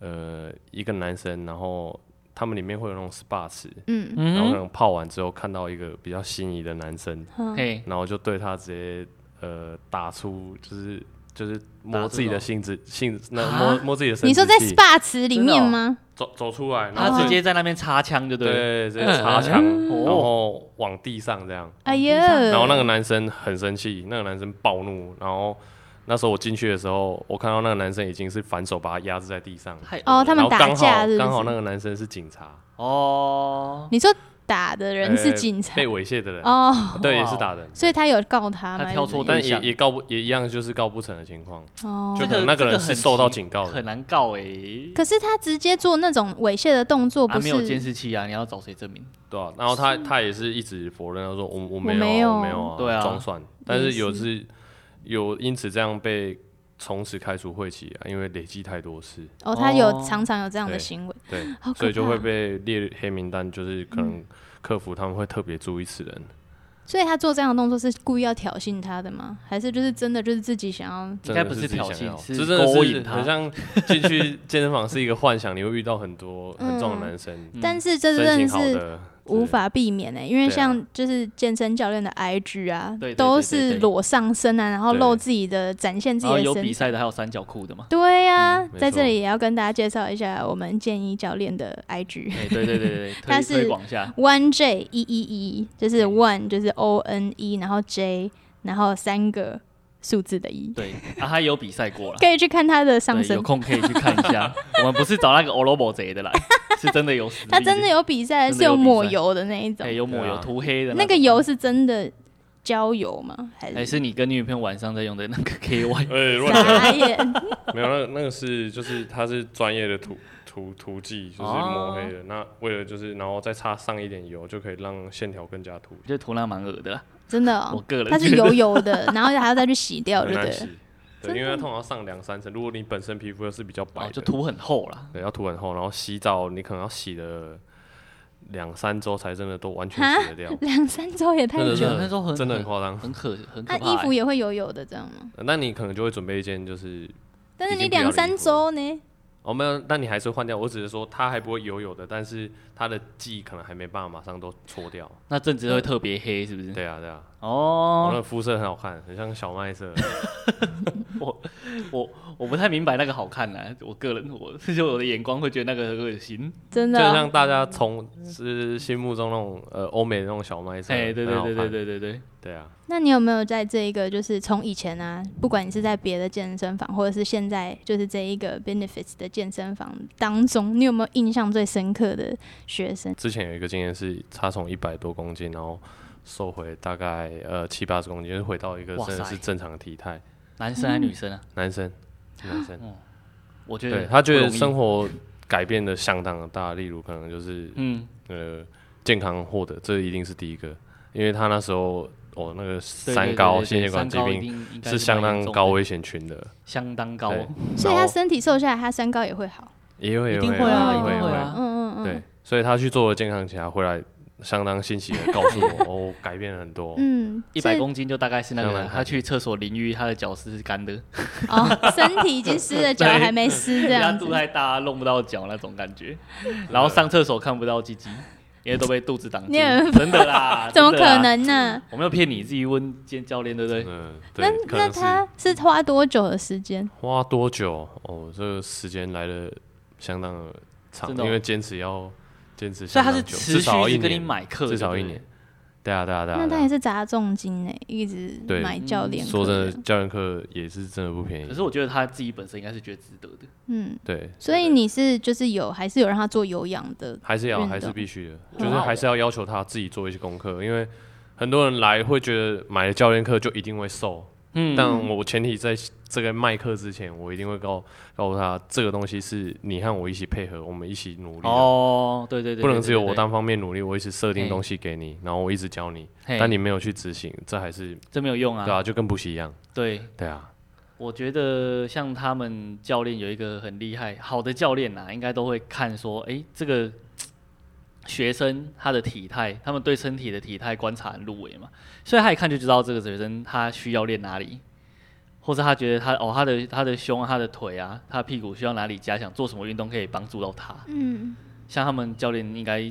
Speaker 3: 呃，一个男生，然后他们里面会有那种 SPA 池，
Speaker 1: 嗯，
Speaker 3: 然后可
Speaker 2: 嗯
Speaker 3: 能呃泡完之后看到一个比较心仪的男生，
Speaker 2: 哼，
Speaker 1: 嗯
Speaker 2: 嘿，
Speaker 3: 然后就对他直接呃打出就是就是
Speaker 2: 打
Speaker 3: 摸
Speaker 2: 出
Speaker 3: 自己
Speaker 2: 什么
Speaker 3: 的性子性子那
Speaker 2: 啊
Speaker 3: 摸摸自己的生殖器，
Speaker 1: 你说在 SPA 池里面吗？
Speaker 3: 走走出来，然
Speaker 2: 他
Speaker 3: 后
Speaker 2: 直接在那边插枪，对不对？
Speaker 3: 对直接插枪，
Speaker 2: 哦
Speaker 3: 然后往地上这样。
Speaker 1: 哎呀，
Speaker 3: 然后那个男生很生气，那个男生暴怒，然后那时候我进去的时候，我看到那个男生已经是反手把他压制在地上，
Speaker 2: 太
Speaker 1: 哦他们
Speaker 3: 然后
Speaker 1: 打
Speaker 3: 刚好
Speaker 1: 架是不是
Speaker 3: 刚好那个男生是警察，
Speaker 2: 哦，
Speaker 1: 你说打的人是警察
Speaker 3: 呃被猥亵的人，
Speaker 1: 哦，
Speaker 3: 对，
Speaker 2: 哇
Speaker 3: 也是打人，
Speaker 1: 所以他有告他吗？
Speaker 2: 他跳错
Speaker 1: 还
Speaker 3: 但
Speaker 2: 对
Speaker 3: 也
Speaker 2: 象
Speaker 3: 也告不也一样，就是告不成的情况，
Speaker 1: 是哦
Speaker 3: 就
Speaker 2: 这
Speaker 3: 可能
Speaker 2: 个
Speaker 3: 那个
Speaker 2: 这
Speaker 3: 人
Speaker 2: 个
Speaker 3: 是
Speaker 2: 很
Speaker 3: 受到
Speaker 2: 奇
Speaker 3: 警告
Speaker 2: 很
Speaker 3: 的，
Speaker 2: 难告哎。
Speaker 1: 可是他直接做那种猥亵的动作，
Speaker 2: 啊，
Speaker 1: 不是？
Speaker 2: 没有监视器啊，你要找谁证明？
Speaker 3: 对啊，然后他他也是一直否认，他说我我没
Speaker 1: 我没
Speaker 3: 有
Speaker 1: 有
Speaker 3: 啊我没有啊，
Speaker 2: 对啊
Speaker 3: 装蒜，但
Speaker 1: 也
Speaker 3: 是
Speaker 1: 是
Speaker 3: 有是有因此这样被从此开除会籍啊，因为累积太多次，
Speaker 1: 哦，他有
Speaker 2: 哦
Speaker 1: 常常有这样的
Speaker 3: 对
Speaker 1: 行为，
Speaker 3: 对，
Speaker 1: 好可怕嗯
Speaker 3: 所以就会被列黑名单，就是可能客服他们会特别注意此人，
Speaker 1: 所以他做这样的动作是故意要挑衅他的吗？还是就是真的就是自己想要？
Speaker 2: 应
Speaker 3: 真
Speaker 2: 该
Speaker 3: 的
Speaker 2: 不是
Speaker 3: 自己
Speaker 2: 挑
Speaker 3: 想要
Speaker 2: 衅是
Speaker 3: 这真的
Speaker 2: 勾
Speaker 3: 是
Speaker 2: 引他
Speaker 3: 很像进去健身房是一个幻想，你会遇到很多很壮的男生，
Speaker 1: 但是这
Speaker 3: 身
Speaker 1: 真的
Speaker 3: 形好
Speaker 1: 是
Speaker 3: 的
Speaker 1: 嗯无法避免呢、欸因为
Speaker 3: 对啊
Speaker 1: 像就是健身教练的 IG 啊，
Speaker 2: 对对对
Speaker 1: 都
Speaker 2: 对
Speaker 1: 是
Speaker 2: 对
Speaker 1: 裸上身啊，然后
Speaker 3: 对
Speaker 1: 露自己的，展现自己
Speaker 2: 然
Speaker 1: 的
Speaker 2: 后哦有
Speaker 1: 身
Speaker 2: 比赛的，还有三角裤的嘛。
Speaker 1: 对呀、
Speaker 2: 嗯
Speaker 3: 没
Speaker 1: 在这
Speaker 3: 错
Speaker 1: 里也要跟大家介绍一下我们建一教练 的 IG
Speaker 2: 哎，对对对对，
Speaker 1: 他
Speaker 2: 推
Speaker 1: 是
Speaker 2: 推广一下。
Speaker 1: one J 一一一，就是
Speaker 2: 嗯
Speaker 1: one 就是 O N E，然后 J，然后三个数字的一，
Speaker 2: 对，啊，他有比 赛过了。
Speaker 1: 可以去看他的上
Speaker 2: 对，有
Speaker 1: 身。
Speaker 2: 空可以去看一下。我们不是找那个 o l o b o 贼的来， 是真的有实力
Speaker 1: 他真的有比赛，
Speaker 2: 真
Speaker 1: 是
Speaker 2: 的有
Speaker 1: 有
Speaker 2: 比
Speaker 1: 抹
Speaker 2: 赛
Speaker 1: 油的那一种
Speaker 2: 哎，。有抹
Speaker 3: 对
Speaker 2: 油
Speaker 3: 啊
Speaker 2: 涂黑的
Speaker 1: 那个
Speaker 2: 种，
Speaker 1: 油是真的焦油吗？还
Speaker 2: 哎，
Speaker 1: 是
Speaker 2: 是你跟女朋友晚上在用的那 个 KY
Speaker 3: 哎、乱讲，
Speaker 1: 傻 眼？
Speaker 3: 没有，那那个是就是它是专业的涂涂涂剂，就是抹黑的。
Speaker 2: 哦
Speaker 3: 那为了就是然后再擦上一点油，就可以让线条更加凸，
Speaker 2: 就涂那蛮恶的啦。
Speaker 1: 真的
Speaker 2: 我
Speaker 1: 哦，
Speaker 2: 个人
Speaker 1: 它是
Speaker 2: 觉得
Speaker 1: 油油的，然后还要再去洗
Speaker 2: 哦
Speaker 1: 掉，对
Speaker 3: 很
Speaker 1: 不
Speaker 3: 难
Speaker 1: 对？
Speaker 3: 洗。对，因为它通常要上两三层。如果你本身皮肤又是比较白
Speaker 2: 哦，
Speaker 3: 的，
Speaker 2: 就涂很厚啦。
Speaker 3: 对，要涂很厚，然后洗澡你可能要洗了两三周才真的都完全
Speaker 1: 哈
Speaker 3: 洗得掉，
Speaker 1: 两三周也太
Speaker 3: 真的
Speaker 1: 久
Speaker 3: 是
Speaker 1: 了，
Speaker 2: 那时候很
Speaker 3: 真的很夸张。
Speaker 2: 很可很
Speaker 1: 那
Speaker 2: 可怕
Speaker 1: 衣服
Speaker 2: 欸。
Speaker 1: 也会油油的，这样吗？
Speaker 3: 呃那你可能就会准备一件就是
Speaker 1: 但是
Speaker 3: 已
Speaker 1: 你
Speaker 3: 经不要
Speaker 1: 两
Speaker 3: 的衣
Speaker 1: 三
Speaker 3: 服
Speaker 1: 周呢？
Speaker 3: 哦没有，但你还是会换掉。我只是说它还不会油油的，但是它的记忆可能还没办法马上都搓掉。
Speaker 2: 那阵子会特别黑，是不是？
Speaker 3: 对啊，对啊。哦，
Speaker 2: 嗯
Speaker 3: 那
Speaker 2: 哦，
Speaker 3: 个肤色很好看，很像小麦色。
Speaker 2: 我我不太明白那个好看呢。我个人我 就我的眼光会觉得那个很恶心。
Speaker 1: 真
Speaker 3: 就
Speaker 1: 的哦
Speaker 3: 像大家从是心目中那种呃欧美的那种小麦色，
Speaker 2: 哎，对对
Speaker 3: 啊很好
Speaker 2: 对
Speaker 3: 看
Speaker 2: 对对对对，
Speaker 3: 对啊，
Speaker 1: 那你有没有在这一个就是从以前啊，不管你是在别的健身房，或者是现在就是这一个 benefits 的健身房当中，你有没有印象最深刻的学生？
Speaker 3: 之前有一个经验是，他从一百多公斤，然后瘦回大概呃七八十公斤，就是回到一个
Speaker 2: 哇
Speaker 3: 真的
Speaker 2: 塞
Speaker 3: 是正常的体态。
Speaker 2: 男生还是女生啊？
Speaker 1: 嗯
Speaker 3: 男生，男生，
Speaker 2: 我觉
Speaker 3: 对
Speaker 2: 得
Speaker 3: 他觉
Speaker 2: 不
Speaker 3: 得
Speaker 2: 容易
Speaker 3: 生活改变的相当的大，例如可能就是
Speaker 2: 嗯，
Speaker 3: 呃健康获得，这一定是第一个，因为他那时候哦那个
Speaker 2: 对
Speaker 3: 三
Speaker 2: 对
Speaker 3: 高
Speaker 2: 对对
Speaker 3: 心血管
Speaker 2: 三
Speaker 3: 疾
Speaker 2: 高一
Speaker 3: 病
Speaker 2: 定应该
Speaker 3: 是
Speaker 2: 是
Speaker 3: 相
Speaker 2: 蛮
Speaker 3: 当
Speaker 2: 严重
Speaker 3: 高
Speaker 2: 的
Speaker 3: 危险群的，
Speaker 2: 相当高。
Speaker 3: 对
Speaker 1: 所以他
Speaker 3: 然后
Speaker 1: 身体瘦下来，他三高也会好。
Speaker 3: 也会
Speaker 2: 一
Speaker 3: 也
Speaker 2: 定
Speaker 3: 会
Speaker 2: 会啊
Speaker 3: 也
Speaker 1: 一
Speaker 3: 会
Speaker 1: 定
Speaker 3: 也
Speaker 1: 会
Speaker 3: 会
Speaker 2: 啊
Speaker 1: 嗯嗯嗯，
Speaker 3: 对，所以他去做了健康检查回来，相当欣喜的告诉我， 哦，我改变了很多。
Speaker 1: 嗯，
Speaker 2: 一百
Speaker 1: 是
Speaker 2: 公斤就大概是那
Speaker 3: 相
Speaker 2: 个，
Speaker 3: 当
Speaker 2: 他去厕所淋浴，他的脚是干的，
Speaker 1: 哦，身体已经湿 了，脚还没湿 这
Speaker 2: 他
Speaker 1: 样子
Speaker 2: 肚。太大弄不到脚那种感 觉，然后上厕所看不到鸡鸡，因为都被肚子挡住，
Speaker 1: 你很
Speaker 2: 真的啦，
Speaker 1: 怎么
Speaker 2: 真
Speaker 1: 可
Speaker 2: 的
Speaker 3: 啊
Speaker 2: 啦？
Speaker 1: 能呢、
Speaker 2: 我没有骗你，自己问健教练对 不对？
Speaker 3: 嗯，对
Speaker 1: 那，
Speaker 3: 可
Speaker 1: 那
Speaker 3: 能是
Speaker 1: 他是花多久的时间？
Speaker 3: 花多久？哦，这个时间来的相当的长，
Speaker 2: 真的哦
Speaker 3: 因为坚持要坚持
Speaker 2: 所
Speaker 3: 相
Speaker 2: 以他
Speaker 3: 当
Speaker 2: 是
Speaker 3: 久，
Speaker 2: 持
Speaker 3: 至
Speaker 2: 续
Speaker 3: 少要
Speaker 2: 一
Speaker 3: 一
Speaker 2: 直跟你
Speaker 3: 年，
Speaker 2: 买课，
Speaker 3: 至少
Speaker 2: 对
Speaker 3: 一
Speaker 2: 不对
Speaker 3: 年。。对啊，对啊，对啊。
Speaker 1: 那
Speaker 3: 对
Speaker 1: 他
Speaker 3: 啊
Speaker 1: 也是砸重金呢、一直
Speaker 3: 对
Speaker 1: 买教练、课
Speaker 3: 说真的，，教练课也是真的不便宜。
Speaker 2: 可是我觉得他自己本身应该是觉得值得的，
Speaker 1: 嗯，
Speaker 3: 对，
Speaker 1: 所以你是就是有还是有让他做有氧的，
Speaker 3: 还是要
Speaker 1: 运
Speaker 3: 还是
Speaker 1: 动
Speaker 3: 必须的，
Speaker 2: 哇
Speaker 3: 就是还是要要求他自己做一些功课，因为很多人来会觉得买了教练课就一定会瘦，
Speaker 2: 嗯
Speaker 3: 但我前提在这个卖课之前，我一定会告告诉他，这个东西是你和我一起配合，我们一起努力的，啊
Speaker 2: 哦，对对对，
Speaker 3: 不能只有我
Speaker 2: 当，
Speaker 3: 单方面努力，我一直设定
Speaker 2: 嘿
Speaker 3: 东西给你，然后我一直教你，但
Speaker 2: 但
Speaker 3: 你没有去执行，这还是
Speaker 2: 这没有用
Speaker 3: 对
Speaker 2: 啊，
Speaker 3: 啊，就跟补习一样，
Speaker 2: 对，
Speaker 3: 对啊，
Speaker 2: 我觉得像他们教练有一个很厉害，好的教练呐、应该都会看说，诶，这个嘖学生他的体态，他们对身体的体态观察很入微嘛，所以他一看就知道这个学生他需要练哪里，或者他觉得他哦他的他的胸、啊、他的腿啊、他的屁股需要哪里加强，做什么运动可以帮助到他。
Speaker 1: 嗯
Speaker 2: 像他们教练应该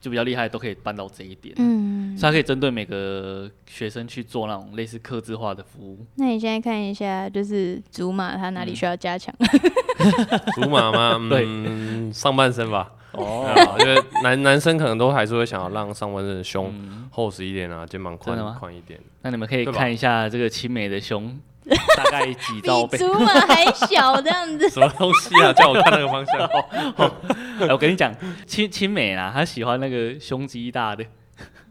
Speaker 2: 就比较厉害，都可以办到这一点，
Speaker 1: 嗯
Speaker 2: 所以，他可以针对每个学生去做那种类似客制化的服务。
Speaker 1: 那你现在看一下，就是祖玛他哪里需要加 强？
Speaker 3: 竹马嘛，
Speaker 2: 对
Speaker 3: 嗯，上半身吧，
Speaker 2: 哦
Speaker 3: 对啊因为男男生可能都还是会想要让上半身的胸厚实一点啊，肩膀宽
Speaker 2: 嗯真的吗
Speaker 3: 宽一点，
Speaker 2: 那你们可以
Speaker 3: 对吧，
Speaker 2: 看一下这个青梅的胸， 大概几 罩
Speaker 1: 比
Speaker 2: 杯。
Speaker 1: 祖玛还小这样子
Speaker 3: 什么东西啊？叫我看那个方向，
Speaker 2: 哦啊 哎我跟你讲，青青梅啦，她喜欢那个胸肌大的，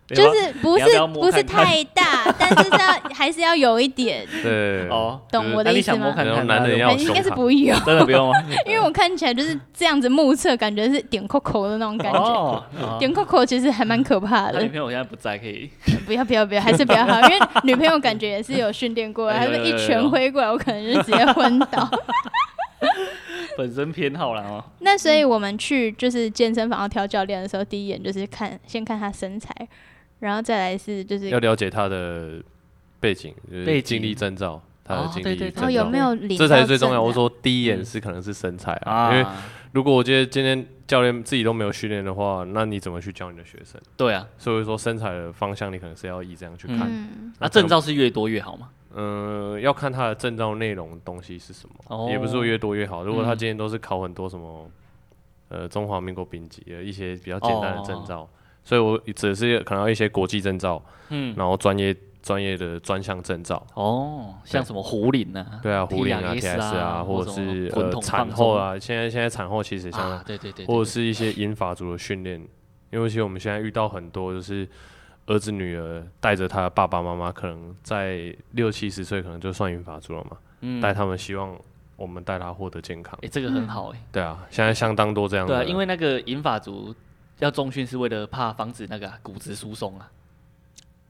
Speaker 1: 就是不
Speaker 2: 你要不
Speaker 1: 是
Speaker 2: 要摸
Speaker 1: 不是
Speaker 2: 看看
Speaker 1: 太 大，但是是要还是要有一点，
Speaker 3: 对，
Speaker 2: 哦，
Speaker 1: 懂
Speaker 3: 就是
Speaker 1: 我的
Speaker 2: 那
Speaker 1: 意
Speaker 2: 你
Speaker 1: 思
Speaker 2: 想
Speaker 1: 吗
Speaker 2: 摸看啊
Speaker 3: 然后
Speaker 2: 看
Speaker 3: 男
Speaker 2: 他
Speaker 3: 人
Speaker 2: 的
Speaker 3: 要
Speaker 2: 吗
Speaker 3: 有
Speaker 1: 应
Speaker 3: 胸
Speaker 1: 该是
Speaker 3: 膛
Speaker 1: 不 用，
Speaker 2: 真的不用吗啊
Speaker 1: 因为我看起来就是这样子目测，感觉是点扣扣的那种 感觉。
Speaker 2: 哦，哎哦
Speaker 1: 点扣扣其实还蛮可怕
Speaker 2: 他
Speaker 1: 的
Speaker 2: 女，朋友现在不在，可以
Speaker 1: 不要不要不要，还是不要好，因为女朋友感觉也是有训练过，
Speaker 2: 哎
Speaker 1: 她
Speaker 2: 有
Speaker 1: 们
Speaker 2: 有
Speaker 1: 一
Speaker 2: 有
Speaker 1: 拳
Speaker 2: 有
Speaker 1: 挥过来，我可能就直接昏 倒。
Speaker 2: 本身偏好啦哦，
Speaker 1: 那所以我们去就是健身房要挑教练的时候，第一眼就是看先看他身材，然后再来是就是
Speaker 3: 要了解他的背景，就
Speaker 2: 背
Speaker 3: 是
Speaker 2: 景
Speaker 3: 经历征兆，他的
Speaker 2: 哦
Speaker 3: 经
Speaker 2: 对
Speaker 3: 历
Speaker 2: 对对
Speaker 3: 征兆，
Speaker 1: 然后有没有领
Speaker 3: 这才是最重要。
Speaker 1: 到证啊
Speaker 3: 我说第一眼是可能是身材 啊，
Speaker 2: 啊，
Speaker 3: 因为如果我觉得今天教练自己都没有训练的话，那你怎么去教你的学生？
Speaker 2: 对啊，
Speaker 3: 所以说身材的方向，你可能是要依这样去看。
Speaker 1: 嗯，
Speaker 2: 那啊证照是越多越好嘛，
Speaker 3: 嗯、要看他的证照内容东西是什么，
Speaker 2: 哦
Speaker 3: 也不是说越多越好。如果他
Speaker 2: 嗯
Speaker 3: 今天都是考很多什么，呃，中华民国丙级的一些比较简单的证照，
Speaker 2: 哦
Speaker 3: 所以我只是可能要一些国际证照，
Speaker 2: 嗯，
Speaker 3: 然后专业专业的专项证照。
Speaker 2: 哦，像什么壶铃啊，
Speaker 3: 对啊，
Speaker 2: TRS
Speaker 3: 壶铃啊、TS
Speaker 2: 啊，
Speaker 3: 啊，或者
Speaker 2: 什么
Speaker 3: 是
Speaker 2: 滚
Speaker 3: 呃
Speaker 2: 筒
Speaker 3: 产
Speaker 2: 放
Speaker 3: 后
Speaker 2: 松，
Speaker 3: 啊，现在现在产后其实像
Speaker 2: 啊，对对对，对
Speaker 3: 或者是一些银发族的训练，因为其实我们现在遇到很多就是儿子女儿带着他的爸爸妈妈，可能在六七十岁，可能就算银发族了嘛，
Speaker 2: 嗯
Speaker 3: 带、他们希望我们带他获得健康。
Speaker 2: 哎，这个很好哎，
Speaker 3: 对啊，现在相当多这样
Speaker 2: 对
Speaker 3: 的，
Speaker 2: 啊，因为那个银发族要重训是为了怕防止那个啊骨质疏松啊，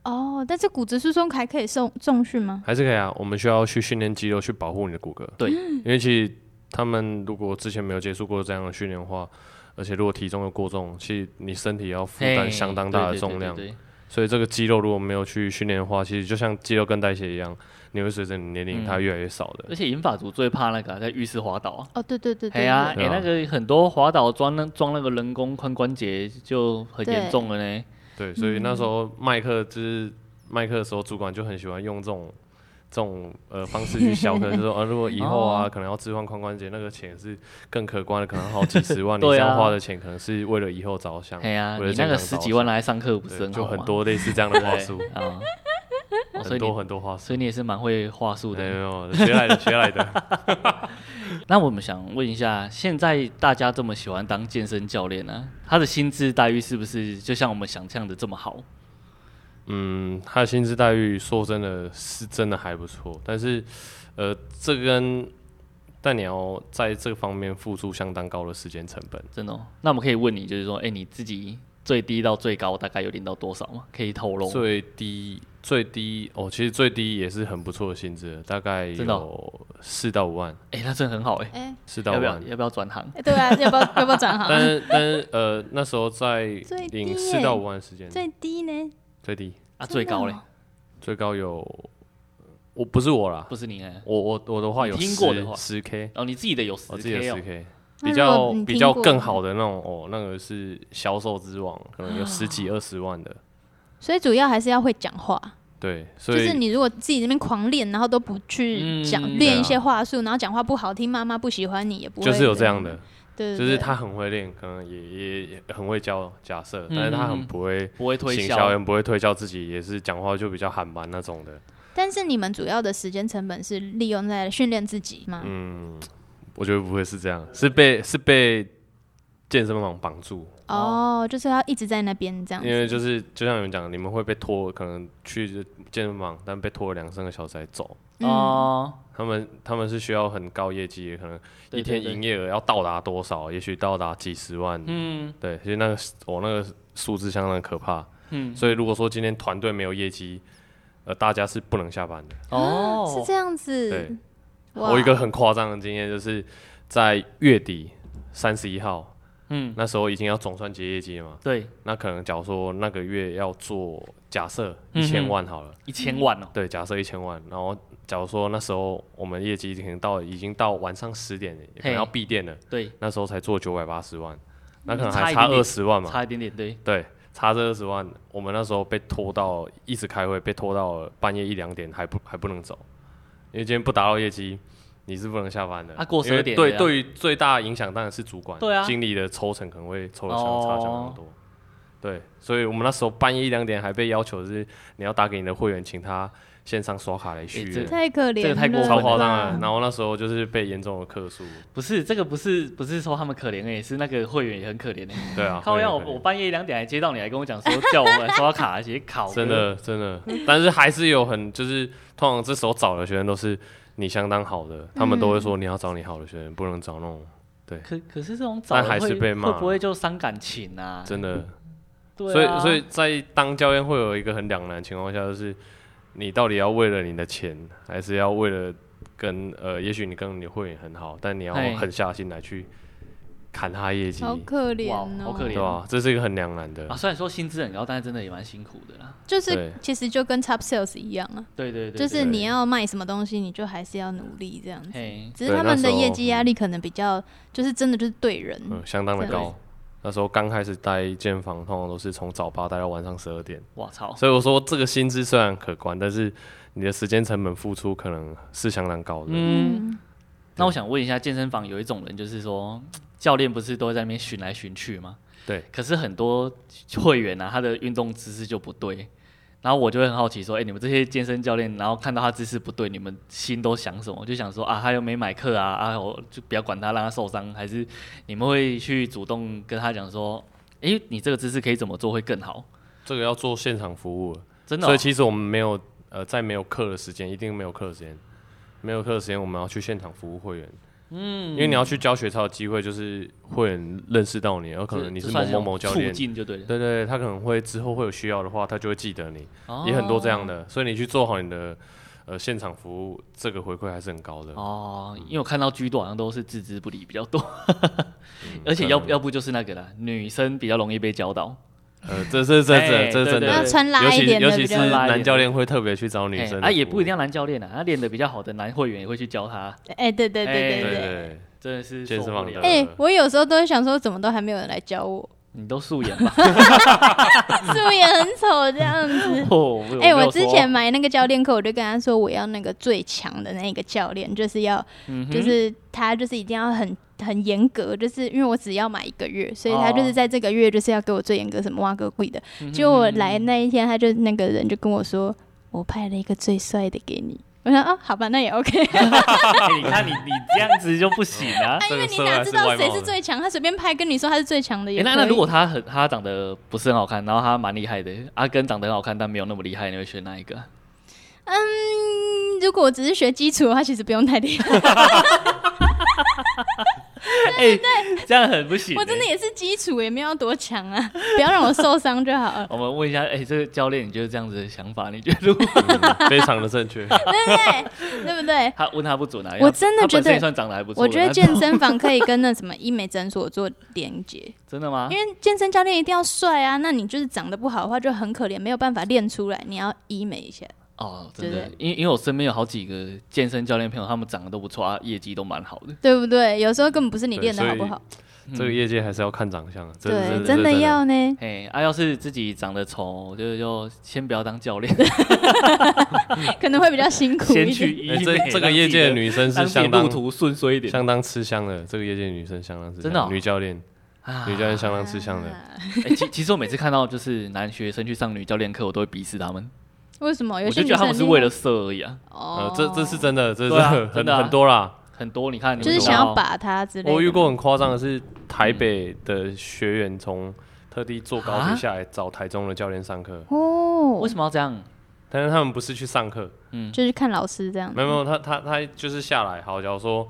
Speaker 1: 哦，但是骨质疏松还可以送重训吗？
Speaker 3: 还是可以啊，我们需要去训练肌肉，去保护你的骨骼。
Speaker 2: 对
Speaker 3: 因为其实他们如果之前没有接触过这样的训练的话。而且如果体重又过重，其实你身体要负担
Speaker 2: 嘿
Speaker 3: 相当大的重量，
Speaker 2: 哎对对对对对
Speaker 3: 所以这个肌肉如果没有去训练的话，其实就像肌肉跟代谢一样，你会随着你年龄
Speaker 2: 嗯
Speaker 3: 它越来越少的。
Speaker 2: 而且银发族最怕那个啊在浴室滑倒啊。
Speaker 1: 哦，对对对
Speaker 2: 哎
Speaker 1: 对，
Speaker 2: 呀，
Speaker 3: 对
Speaker 2: 哎，那
Speaker 3: 啊
Speaker 2: 个很多滑倒装那装那个人工髋关节就很严重了呢。
Speaker 3: 对，所以那时候麦克就是麦克的时候，主管就很喜欢用这种这种呃方式去消课，就说呃如果以后啊、
Speaker 2: 哦
Speaker 3: 可能要置换髋关节，那个钱是更可观的，可能好几十万，你
Speaker 2: 对
Speaker 3: 这
Speaker 2: 啊
Speaker 3: 样花的钱可能是为了以后着想，
Speaker 2: 哎呀，
Speaker 3: 为了
Speaker 2: 你
Speaker 3: 健
Speaker 2: 那个
Speaker 3: 康
Speaker 2: 十
Speaker 3: 着
Speaker 2: 几万
Speaker 3: 想
Speaker 2: 来上课不是
Speaker 3: 对就
Speaker 2: 好
Speaker 3: 很
Speaker 2: 吗
Speaker 3: 多类似这样的话术，
Speaker 2: 啊？ 哦所
Speaker 3: 很
Speaker 2: 以
Speaker 3: 多
Speaker 2: 你哦
Speaker 3: 很多话术
Speaker 2: 所以，你也是蛮会话术
Speaker 3: 没
Speaker 2: 的。
Speaker 3: 有学来的学来的，
Speaker 2: 那我们想问一下，现在大家这么喜欢当健身教练呢、他的薪资待遇是不是就像我们想象的这么好？
Speaker 3: 嗯，他的薪资待遇说真的是真的还不错，但是呃这跟但你要在这方面付出相当高的时间成本。
Speaker 2: 真的、哦？那我们可以问你，就是说，哎、你自己最低到最高大概有领到多少吗？可以透露吗？
Speaker 3: 最低最低哦，其实最低也是很不错的薪资了，大概
Speaker 2: 真的哦
Speaker 3: 有四到五万，
Speaker 2: 哎、那真的很好哎、
Speaker 1: 哎，
Speaker 3: 四到
Speaker 2: 要
Speaker 3: 五
Speaker 2: 不要
Speaker 3: 万。
Speaker 2: 要不要转行？
Speaker 1: 哎对啊，要不要要不要转行？
Speaker 3: 但是但是呃，那时候在
Speaker 1: 最低耶
Speaker 3: 领四到五万时间，
Speaker 1: 最低呢？
Speaker 3: 最低
Speaker 2: 啊，最高
Speaker 1: 哦
Speaker 2: 嘞，
Speaker 3: 最高有，我不是我啦，
Speaker 2: 不是你哎、
Speaker 3: 我我我的话有
Speaker 2: 你听过的话
Speaker 3: 十 K，
Speaker 2: 哦，你自己的有十
Speaker 3: 我自己的
Speaker 2: K
Speaker 3: 十
Speaker 2: 哦，
Speaker 3: K。
Speaker 1: 那
Speaker 3: 比
Speaker 1: 如
Speaker 3: 较
Speaker 1: 果你
Speaker 3: 比
Speaker 1: 听
Speaker 3: 较
Speaker 1: 过
Speaker 3: 更
Speaker 1: 呢
Speaker 3: 好的那种哦，那个是销售之王，可能有十几
Speaker 1: 啊
Speaker 3: 二十万的，
Speaker 1: 所以主要还是要会讲话。
Speaker 3: 对，所
Speaker 1: 就
Speaker 3: 以
Speaker 1: 是你如果自己那边狂练，然后都不去讲
Speaker 2: 嗯
Speaker 1: 练
Speaker 3: 对
Speaker 1: 一
Speaker 3: 啊
Speaker 1: 些话术，然后讲话不好听，妈妈不喜欢你，也不会
Speaker 3: 就是有这样的，
Speaker 1: 对，对，
Speaker 3: 就是
Speaker 1: 对
Speaker 3: 他很会练，可能也也也很会教，假设，
Speaker 2: 嗯
Speaker 3: 但是他很不会
Speaker 2: 不会推
Speaker 3: 行销，
Speaker 2: 销
Speaker 3: 也，不会推销自己，也是讲话就比较喊蛮那种的。
Speaker 1: 但是你们主要的时间成本是利用在训练自己吗？
Speaker 3: 嗯，我觉得不会是这样，是被是被健身房绑住，
Speaker 1: 哦，就是要一直在那边这样子。
Speaker 3: 因为就是就像你们讲，你们会被拖，可能去健身房，但被拖了两三个小时才走。
Speaker 1: 嗯，
Speaker 2: 哦，
Speaker 3: 他们他们是需要很高业绩，可能
Speaker 1: 嗯
Speaker 2: 对
Speaker 3: 一天
Speaker 2: 对对
Speaker 3: 营业额要到达多少，也许到达几十万。
Speaker 2: 嗯
Speaker 3: 对，其实那个我、那个数字相当可怕。
Speaker 2: 嗯，
Speaker 3: 所以如果说今天团队没有业绩，呃，大家是不能下班的。
Speaker 2: 哦，
Speaker 1: 啊是这样
Speaker 3: 对
Speaker 1: 子。，哇
Speaker 3: 我有一个很夸张的经验，就是在月底三十一号，
Speaker 2: 嗯，
Speaker 3: 那时候已经要总算结业绩了嘛。
Speaker 2: 对，
Speaker 3: 那可能假如说那个月要做假设
Speaker 2: 嗯哼
Speaker 3: 一千万好了，
Speaker 2: 一千万哦，
Speaker 3: 对，假设一千万，然后假如说那时候我们业绩已经到已经到晚上十点了，可能要闭店了，
Speaker 2: 对，
Speaker 3: 那时候才做九百八十万，那可能
Speaker 2: 嗯差
Speaker 3: 还
Speaker 2: 一
Speaker 3: 差
Speaker 2: 点点
Speaker 3: 二十万嘛，
Speaker 2: 差一点点，对，
Speaker 3: 对，差这二十万，我们那时候被拖到一直开会，被拖到了半夜一两点，还不还不能走，因为今天不达到业绩，你是不能下班的。
Speaker 2: 啊过
Speaker 3: 因为
Speaker 2: 12点
Speaker 3: 对，
Speaker 2: 了呀
Speaker 3: 对于最大的影响当然是主管，
Speaker 2: 对啊
Speaker 3: 经理的抽成可能会抽的相
Speaker 2: 哦
Speaker 3: 差相当多。对，所以我们那时候半夜一两点还被要求是你要打给你的会员，请他线上刷卡来续
Speaker 2: 这
Speaker 3: 约，
Speaker 1: 太可怜了，
Speaker 2: 这个太过分了
Speaker 3: 超夸张啊！然后那时候就是被严重的客诉，
Speaker 2: 不是这个不是不是说他们可怜而已，是那个会员也很可怜的、
Speaker 3: 对啊，
Speaker 2: 靠要
Speaker 3: 会
Speaker 2: 我我半夜两点还接到你来跟我讲说叫我们刷卡，写考
Speaker 3: 真的真的，但是还是有很就是，通常这时候找的学生都是你相当好的，他们都会说你要找你好的学生，不能找那种
Speaker 2: 可可是这种早
Speaker 3: 但还是被骂
Speaker 2: 会不会就伤感情啊？
Speaker 3: 真的。所
Speaker 2: 对
Speaker 3: 以
Speaker 2: 啊，
Speaker 3: 所以在当教练会有一个很两难的情况下，就是你到底要为了你的钱，还是要为了跟呃，也许你跟你会员很好，但你要
Speaker 2: 嘿
Speaker 3: 狠下心来去砍他业绩，
Speaker 1: 好可怜哦、
Speaker 2: 哇好可怜
Speaker 3: 对吧？这是一个很两难的
Speaker 2: 啊，。虽然说薪资很高，但是真的也蛮辛苦的啦。
Speaker 1: 就是
Speaker 3: 对
Speaker 1: 其实就跟 top sales 一样啊，
Speaker 2: 对对对
Speaker 1: 就
Speaker 2: 对
Speaker 1: 是你要卖什么东西，你就还是要努力这样子。
Speaker 2: 嘿，
Speaker 1: 只是
Speaker 3: 对
Speaker 1: 他们
Speaker 3: 那
Speaker 1: 的
Speaker 3: 时候
Speaker 1: 业绩压力可能比较，就是真的就是对人，
Speaker 3: 嗯，相当的
Speaker 1: 对
Speaker 3: 高。那时候刚开始待健房，通常都是从早八待到晚上十二点，
Speaker 2: 我操，
Speaker 3: 所以我说这个薪资虽然可观，但是你的时间成本付出可能是相当高的。
Speaker 2: 嗯，那我想问一下，健身房有一种人，就是说教练不是都在那边巡来巡去吗？
Speaker 3: 对。
Speaker 2: 可是很多会员啊，他的运动姿势就不对，然后我就会很好奇说，哎、你们这些健身教练，然后看到他姿势不对，你们心都想什么？就想说啊，他又没买课啊，啊，我就不要管他，让他受伤，还是你们会去主动跟他讲说，哎、你这个姿势可以怎么做会更好？
Speaker 3: 这个要做现场服务了，
Speaker 2: 真的哦、
Speaker 3: 所以其实我们没有呃，在没有课的时间，一定没有课的时间，没有课的时间，我们要去现场服务会员。嗯，因为你要去教学操的机会，就是会员认识到你，有可能你
Speaker 2: 这这
Speaker 3: 是某
Speaker 2: 算
Speaker 3: 某某教练
Speaker 2: 促，进就对了，
Speaker 3: 对对对，他可能会之后会有需要的话，他就会记得你，
Speaker 2: 哦
Speaker 3: 也很多这样的，所以你去做好你的呃现场服务，这个回馈还是很高的。
Speaker 2: 哦，因为我看到居多好像都是置之不理比较多， 而且要
Speaker 3: 嗯可能
Speaker 2: 要不就是那个啦，女生比较容易被教导，
Speaker 3: 呃，这这这
Speaker 2: 哎
Speaker 3: 这这
Speaker 2: 对
Speaker 3: 真
Speaker 2: 对
Speaker 1: 要
Speaker 3: 的，
Speaker 2: 对
Speaker 1: 穿
Speaker 3: 尤
Speaker 1: 拉一
Speaker 3: 其
Speaker 1: 点的
Speaker 3: 尤
Speaker 1: 比
Speaker 3: 其是
Speaker 1: 较好。
Speaker 2: 拉一点
Speaker 3: 男教练会特别去找女
Speaker 2: 哎
Speaker 3: 生的服务，
Speaker 2: 啊也不一定要男教练啊，他练的比较好的男会员也会去教他，
Speaker 1: 哎、对对对对
Speaker 2: 哎
Speaker 3: 对
Speaker 1: 对
Speaker 3: 对
Speaker 1: 对。
Speaker 3: 嗯对，
Speaker 2: 真的是
Speaker 3: 健身
Speaker 2: 受不
Speaker 3: 房
Speaker 2: 了
Speaker 3: 的
Speaker 1: 哎、我有时候都会想说，怎么都还没有人来教我，
Speaker 2: 你都素颜吧？
Speaker 1: 素颜很丑这样子。
Speaker 2: 哦，
Speaker 1: 哎、
Speaker 2: 没有
Speaker 1: 我之
Speaker 2: 说
Speaker 1: 前 买那个教练课，我就跟他说我要那个最强的那个教练，就是要，
Speaker 2: 嗯哼
Speaker 1: 就是他就是一定要很很严格，就是因为我只要买一个月，所以他就是
Speaker 2: 哦嗯
Speaker 1: 在这个月就是要给我最严格，什么挖个贵的。结果我来那一天，他就那个人就跟我说，我派了一个最帅的给你。我想啊，好吧，那也 OK，
Speaker 2: 哎你看你你这样子就不行啊。
Speaker 1: 因为你
Speaker 3: 这个
Speaker 1: 哪
Speaker 3: 还
Speaker 1: 知
Speaker 3: 是
Speaker 1: 道
Speaker 3: 外
Speaker 1: 谁
Speaker 3: 貌
Speaker 1: 是
Speaker 3: 的
Speaker 1: 最强？他随便拍跟你说他是最强的也
Speaker 2: 哎，
Speaker 1: 可以。
Speaker 2: 那那如果他很他长得不是很好看，然后他蛮厉害的，阿根长得很好看但没有那么厉害，你会选哪一个？
Speaker 1: 嗯，如果我只是学基础的话，其实不用太厉 害。
Speaker 2: 哎，这样很不行。
Speaker 1: 我真的
Speaker 2: 哎
Speaker 1: 也是基础，也没有要多强啊，不要让我受伤就好了。
Speaker 2: 我们问一下，哎，这个教练，你觉得这样子的想法，你觉得如果
Speaker 3: 嗯非常的 正确。
Speaker 1: 对不对？
Speaker 2: 他问他不准啊？
Speaker 1: 我真的
Speaker 2: 他本
Speaker 1: 觉得
Speaker 2: 身也算长得还不错的。
Speaker 1: 我觉得
Speaker 2: 他
Speaker 1: 健身房可以跟那什么医美诊所做连 接，
Speaker 2: 真的吗？
Speaker 1: 因为健身教练一定要帅啊。那你就是长得不好的话，就很可怜，没有办法练出来。你要医美一下，
Speaker 2: 哦，真
Speaker 1: 对
Speaker 2: 的
Speaker 1: 不，
Speaker 2: 因为因为我身边有好几个健身教练朋友，他们长得都不错啊，业绩都蛮好的。
Speaker 1: 对不对？有时候根本不是你
Speaker 3: 对
Speaker 1: 练的
Speaker 3: 所
Speaker 1: 好
Speaker 3: 以
Speaker 1: 不好，
Speaker 2: 嗯
Speaker 3: 这个业界还是要看长相，这这
Speaker 1: 对，
Speaker 3: 这
Speaker 1: 真的要 呢。
Speaker 2: 哎，啊，要是自己长得丑，我觉得就先不要当教 练，
Speaker 1: 可能会比较辛苦
Speaker 2: 先
Speaker 1: 一
Speaker 2: 去
Speaker 1: 点。
Speaker 2: 医
Speaker 3: 哎
Speaker 2: 美。
Speaker 3: 这这个业界的女生
Speaker 2: 让
Speaker 3: 是
Speaker 2: 自己
Speaker 3: 相
Speaker 2: 路
Speaker 3: 当
Speaker 2: 途顺遂一点
Speaker 3: 相当吃香的，这个业界的女生相当吃香
Speaker 2: 真的哦
Speaker 3: 女教练
Speaker 2: 啊
Speaker 3: 女教练相当吃香的，
Speaker 1: 啊
Speaker 2: 哎其其实我每次看到就是男学生去上女教练课，我都会鄙视他们，
Speaker 1: 为什么？有
Speaker 2: 我
Speaker 1: 些
Speaker 2: 就
Speaker 1: 女
Speaker 2: 觉得
Speaker 1: 生
Speaker 2: 他们是
Speaker 1: 很厉害
Speaker 2: 为了色而已啊，
Speaker 1: 哦
Speaker 3: 呃，，这这是真的，这是
Speaker 2: 对啊
Speaker 3: 很
Speaker 2: 真的啊
Speaker 3: 很很多啦。
Speaker 2: 很多你看你
Speaker 1: 就
Speaker 2: 们
Speaker 1: 是
Speaker 2: 都
Speaker 1: 想要
Speaker 2: 知道
Speaker 1: 把他之类的。
Speaker 3: 哦
Speaker 1: 哦
Speaker 3: 我遇过很夸张的是，台北的学员从特地坐高
Speaker 2: 啊
Speaker 3: 铁下来找台中的教练上课，
Speaker 1: 哦
Speaker 2: 为，什么要这样？
Speaker 3: 但是他们不是去上课，
Speaker 1: 就是看老师这样。
Speaker 3: 没有没有，他他他就是下来，好，假如说，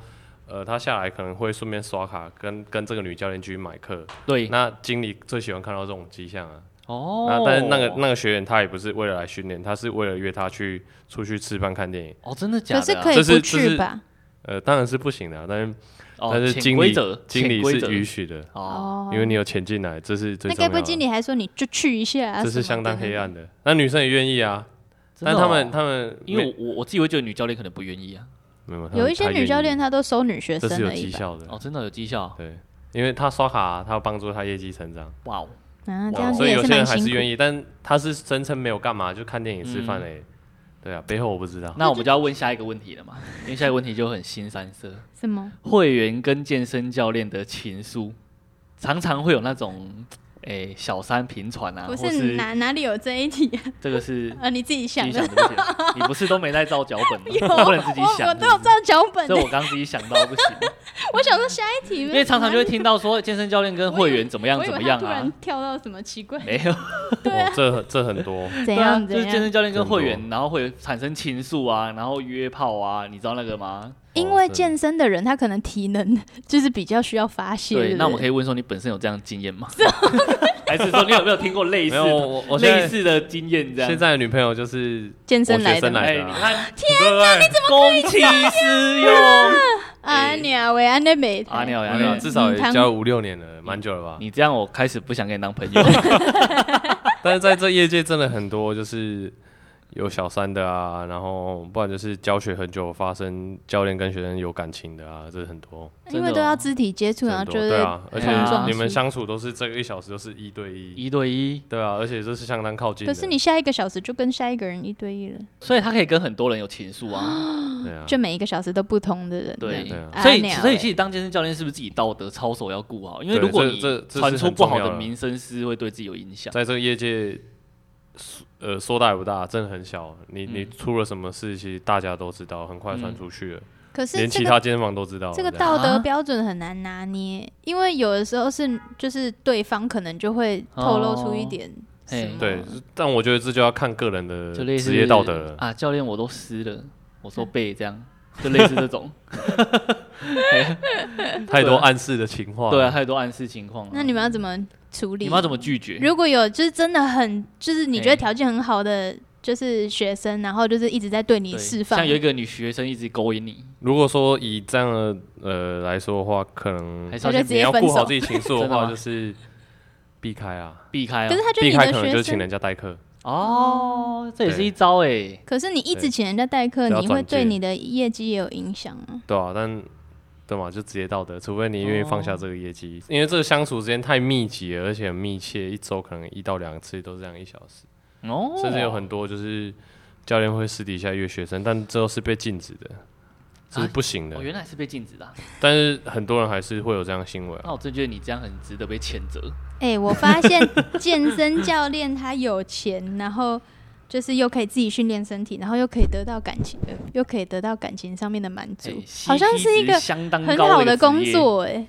Speaker 3: 呃，他下来可能会顺便刷卡，跟跟这个女教练去买课。
Speaker 2: 对，
Speaker 3: 那经理最喜欢看到这种迹象啊。
Speaker 2: 哦
Speaker 3: 那、，但是那个那个学员他也不是为了来训练，他是为了约他去出去吃饭看电影。
Speaker 2: 哦，真的假
Speaker 1: 可
Speaker 2: 的啊？
Speaker 1: 是可以
Speaker 3: 这
Speaker 1: 不
Speaker 3: 是这
Speaker 1: 去
Speaker 3: 是
Speaker 1: 吧？
Speaker 3: 呃，当然是不行的啊、但是、
Speaker 2: 哦，
Speaker 3: 但是
Speaker 2: 潜
Speaker 3: 经
Speaker 2: 规
Speaker 3: 理
Speaker 2: 则，
Speaker 3: 经
Speaker 2: 潜
Speaker 3: 理
Speaker 2: 规
Speaker 3: 是
Speaker 2: 则
Speaker 3: 允许的，
Speaker 2: 哦，
Speaker 1: 哦
Speaker 3: 因为你有钱进来，这是最
Speaker 1: 那
Speaker 3: 重要
Speaker 1: 该
Speaker 3: 的。
Speaker 1: 不会经理还说你就去一下、啊？
Speaker 3: 这是
Speaker 1: 什么
Speaker 3: 相
Speaker 1: 的
Speaker 3: 当黑暗的。那女生也愿意啊，但他们
Speaker 1: 哦
Speaker 2: 他
Speaker 3: 他们
Speaker 2: 因
Speaker 3: 没
Speaker 2: 为我我自己会觉得女教练可能不愿意啊，
Speaker 3: 没嗯有他们
Speaker 1: 有一些
Speaker 3: 她愿
Speaker 1: 女教练
Speaker 3: 意
Speaker 1: 她都收女学
Speaker 3: 这是
Speaker 1: 生
Speaker 3: 有
Speaker 1: 而
Speaker 3: 绩
Speaker 1: 已吧？
Speaker 3: 效的
Speaker 2: 哦，，真的有绩效，
Speaker 3: 对，因为他刷卡、他要帮助他业绩成长。
Speaker 2: 哇哦。
Speaker 1: 啊，
Speaker 2: 哇
Speaker 1: 这样
Speaker 3: 所
Speaker 1: 子
Speaker 3: 以
Speaker 1: 也
Speaker 3: 有些
Speaker 1: 蛮
Speaker 3: 人还
Speaker 1: 辛
Speaker 3: 是
Speaker 1: 苦
Speaker 3: 愿。意，但他是声称没有干嘛，就看电影、吃饭嘞。对啊，背后我不知道。
Speaker 2: 那我们就要问下一个问题了嘛，因为下一个问题就很新三色。
Speaker 1: 什么？
Speaker 2: 会员跟健身教练的情书，常常会有那种诶、小三频传啊，
Speaker 1: 不
Speaker 2: 或
Speaker 1: 是
Speaker 2: 是
Speaker 1: 哪哪里有这一题 啊？
Speaker 2: 这个是
Speaker 1: 呃，你自己
Speaker 2: 自
Speaker 1: 想
Speaker 2: 己
Speaker 1: 的
Speaker 2: 想。的不行，你不是都没在照脚本
Speaker 1: 有，
Speaker 2: 吗？ 不能自己
Speaker 1: 我
Speaker 2: 想，
Speaker 1: 我都有照脚本
Speaker 2: 这
Speaker 1: 的。
Speaker 2: 我刚自己想到不行，
Speaker 1: 我想说下一题，因
Speaker 2: 因为常常就会听到说健身教练跟会员怎么样
Speaker 1: 我以
Speaker 2: 怎么
Speaker 1: 为他
Speaker 2: 样
Speaker 1: 突
Speaker 2: 啊
Speaker 1: 然，跳到什么奇怪，
Speaker 2: 没有，
Speaker 3: 哦，这很这很多，
Speaker 1: 怎
Speaker 2: 对啊，
Speaker 1: 样
Speaker 2: 就
Speaker 1: 怎
Speaker 2: 是健
Speaker 1: 样？
Speaker 2: 身教练跟会
Speaker 3: 很
Speaker 2: 员，然后会产生情愫啊，然后约炮啊，你知道那个吗？
Speaker 1: 因为健身的人他可能体能 就是比较需要发泄。
Speaker 2: 对，那我们可
Speaker 1: 以
Speaker 2: 以问说你本身有这样的经 验吗？还是说你有没有听过类
Speaker 3: 没
Speaker 2: 似
Speaker 3: 有
Speaker 2: 的
Speaker 3: 我我现
Speaker 2: 类
Speaker 3: 在
Speaker 2: 似的经验这样
Speaker 3: 现？在的女朋友就是
Speaker 1: 健
Speaker 3: 我
Speaker 1: 身来
Speaker 3: 学
Speaker 1: 的
Speaker 3: 生
Speaker 1: 吗。
Speaker 3: 来
Speaker 2: 哎，
Speaker 3: 的
Speaker 2: 你
Speaker 3: 啊，
Speaker 2: 看，
Speaker 3: 对不对？
Speaker 2: 公器私用，
Speaker 1: 阿尼亚维安内美台，
Speaker 2: 阿鸟呀，
Speaker 3: 没有
Speaker 2: 你
Speaker 3: 啊至少
Speaker 1: 啊嗯
Speaker 3: 也
Speaker 1: 他
Speaker 3: 交五六年了，蛮久了吧？
Speaker 2: 你这样我开始不想跟你当 朋友。
Speaker 3: 但是在这业界真的很多，就是有小三的啊，然后不然就是教学很久发生教练跟学生有感情的啊，这很多，
Speaker 1: 因为都要肢体接触，然后就
Speaker 3: 很多
Speaker 1: 是
Speaker 3: 对啊，而
Speaker 2: 碰
Speaker 3: 且
Speaker 2: 撞
Speaker 3: 你们
Speaker 1: 期
Speaker 3: 相处都是这个一小时都是一对一，
Speaker 2: 一对一，
Speaker 3: 对啊，而且这是相当靠近的。
Speaker 1: 可是你下一个小时就跟下一个人一对一了，
Speaker 2: 所以他可以跟很多人有情 愫啊。
Speaker 3: 对啊，
Speaker 1: 就每一个小时都不同的人。
Speaker 2: 对
Speaker 3: 对啊，
Speaker 2: 所
Speaker 1: 阿
Speaker 2: 以
Speaker 1: 鸟
Speaker 2: 所以
Speaker 1: 欸
Speaker 2: 其实当健身教练是不是自己道德操守要顾好？因为
Speaker 3: 对
Speaker 2: 如果
Speaker 3: 这
Speaker 2: 你
Speaker 3: 这这是
Speaker 2: 传出
Speaker 3: 很
Speaker 2: 不
Speaker 3: 重
Speaker 2: 好
Speaker 3: 要
Speaker 2: 的
Speaker 3: 的
Speaker 2: 名声，是会对自己有影响。
Speaker 3: 在这个业界，呃，说大也不大，真的很小。你
Speaker 2: 嗯
Speaker 3: 你出了什么事，其实大家都知道，很快传出去
Speaker 2: 嗯
Speaker 3: 了，
Speaker 1: 可是
Speaker 3: 连
Speaker 1: 这
Speaker 3: 其
Speaker 1: 个啊
Speaker 3: 他健身房都知道。
Speaker 1: 这个
Speaker 3: 样
Speaker 1: 道德标准很难拿捏，因为有的时候是就是对方可能就会透露出一点什么。
Speaker 3: 对，但我觉得这就要看个人的
Speaker 2: 就类似
Speaker 3: 职业道德了。
Speaker 2: 啊，教练我都湿了，
Speaker 1: 嗯
Speaker 2: 我说背这样，就类似这 种。
Speaker 1: 啊
Speaker 3: 太多暗示的情话。
Speaker 2: 对啊，，太多暗示情况了。
Speaker 1: 那你们要怎么处理？
Speaker 2: 你们要怎么拒绝？
Speaker 1: 如果有就是真的很就是你觉得
Speaker 2: 嘿
Speaker 1: 条件很好的就是学生，然后就是一直在对你
Speaker 2: 对
Speaker 1: 释放，
Speaker 2: 像有一个女学生一直勾引你，
Speaker 3: 如果说以这样的呃来说的话，可能
Speaker 2: 还是
Speaker 1: 他
Speaker 2: 要
Speaker 1: 就
Speaker 2: 先
Speaker 1: 直
Speaker 3: 你
Speaker 1: 接
Speaker 3: 要
Speaker 1: 分
Speaker 3: 顾好
Speaker 1: 手
Speaker 3: 自。己情愫 的
Speaker 2: 真的
Speaker 3: 话，
Speaker 2: 吗
Speaker 3: 就是避开啊，
Speaker 2: 避开
Speaker 1: 可
Speaker 2: 啊
Speaker 1: 是。他就
Speaker 3: 避
Speaker 1: 你
Speaker 3: 开
Speaker 1: 的
Speaker 3: 可能就
Speaker 1: 学
Speaker 3: 是请
Speaker 1: 生，
Speaker 3: 人家代课。
Speaker 2: 哦，这也是
Speaker 3: 对
Speaker 2: 一招哎。
Speaker 1: 可是你一直
Speaker 3: 对
Speaker 1: 请人家代课，
Speaker 3: 这要
Speaker 1: 你会
Speaker 3: 转介
Speaker 1: 对你的业绩也有影响啊。
Speaker 3: 对啊，但对嘛，就职业道德，除非你愿意放下
Speaker 2: 哦
Speaker 3: 这个业绩，因为这个相处时间太密集了，而且很密切，一周可能一到两次都是这样一小时，
Speaker 2: 哦，
Speaker 3: 甚至有很多就是教练会私底下约学生，但这都是被禁止的，这是不行的。
Speaker 2: 我啊哦原来是被禁止的 啊。
Speaker 3: 但是很多人还是会有这样的行为、
Speaker 2: 那
Speaker 3: 啊，
Speaker 2: 我真觉得你这样很值得被谴责。
Speaker 1: 哎、我发现健身教练他有钱，然后就是又可以自己训练身体，然后又可以得到感情，呃又可以得到感情上面的满足，
Speaker 2: 哎
Speaker 1: 好像
Speaker 2: CP
Speaker 1: 是一
Speaker 2: 值
Speaker 1: 个
Speaker 2: 相当
Speaker 1: 很
Speaker 2: 哎高
Speaker 1: 好
Speaker 2: 的
Speaker 1: 的
Speaker 2: 职
Speaker 1: 工
Speaker 2: 业，
Speaker 1: 作哎、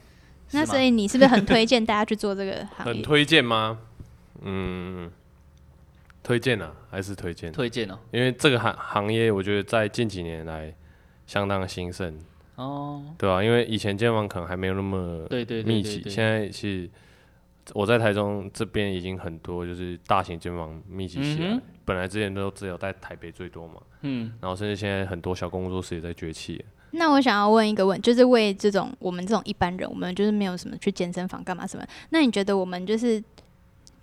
Speaker 1: 那
Speaker 2: 是吗
Speaker 1: 所以你是不是很推荐大家去做这 个
Speaker 2: 啊
Speaker 1: 行
Speaker 3: 很
Speaker 1: 业？
Speaker 3: 推荐吗？嗯，推荐啊，还是推荐，
Speaker 2: 推荐哦。
Speaker 3: 因为这个行行业，我觉得在近几年来相当的兴盛，
Speaker 2: 哦，
Speaker 3: 对啊，因为以前健身房可能还没有那么
Speaker 2: 对对对
Speaker 3: 密
Speaker 2: 对
Speaker 3: 集，
Speaker 2: 对
Speaker 3: 现在是我在台中这边已经很多就是大型健身房密集起来，
Speaker 2: 嗯哼
Speaker 3: 本来之前都只有在台北最多嘛，
Speaker 2: 嗯，
Speaker 3: 然后甚至现在很多小工作室也在崛起，
Speaker 1: 那我想要问一个问，就是为这种我们这种一般人，我们就是没有什么去健身房干嘛什么？那你觉得我们就是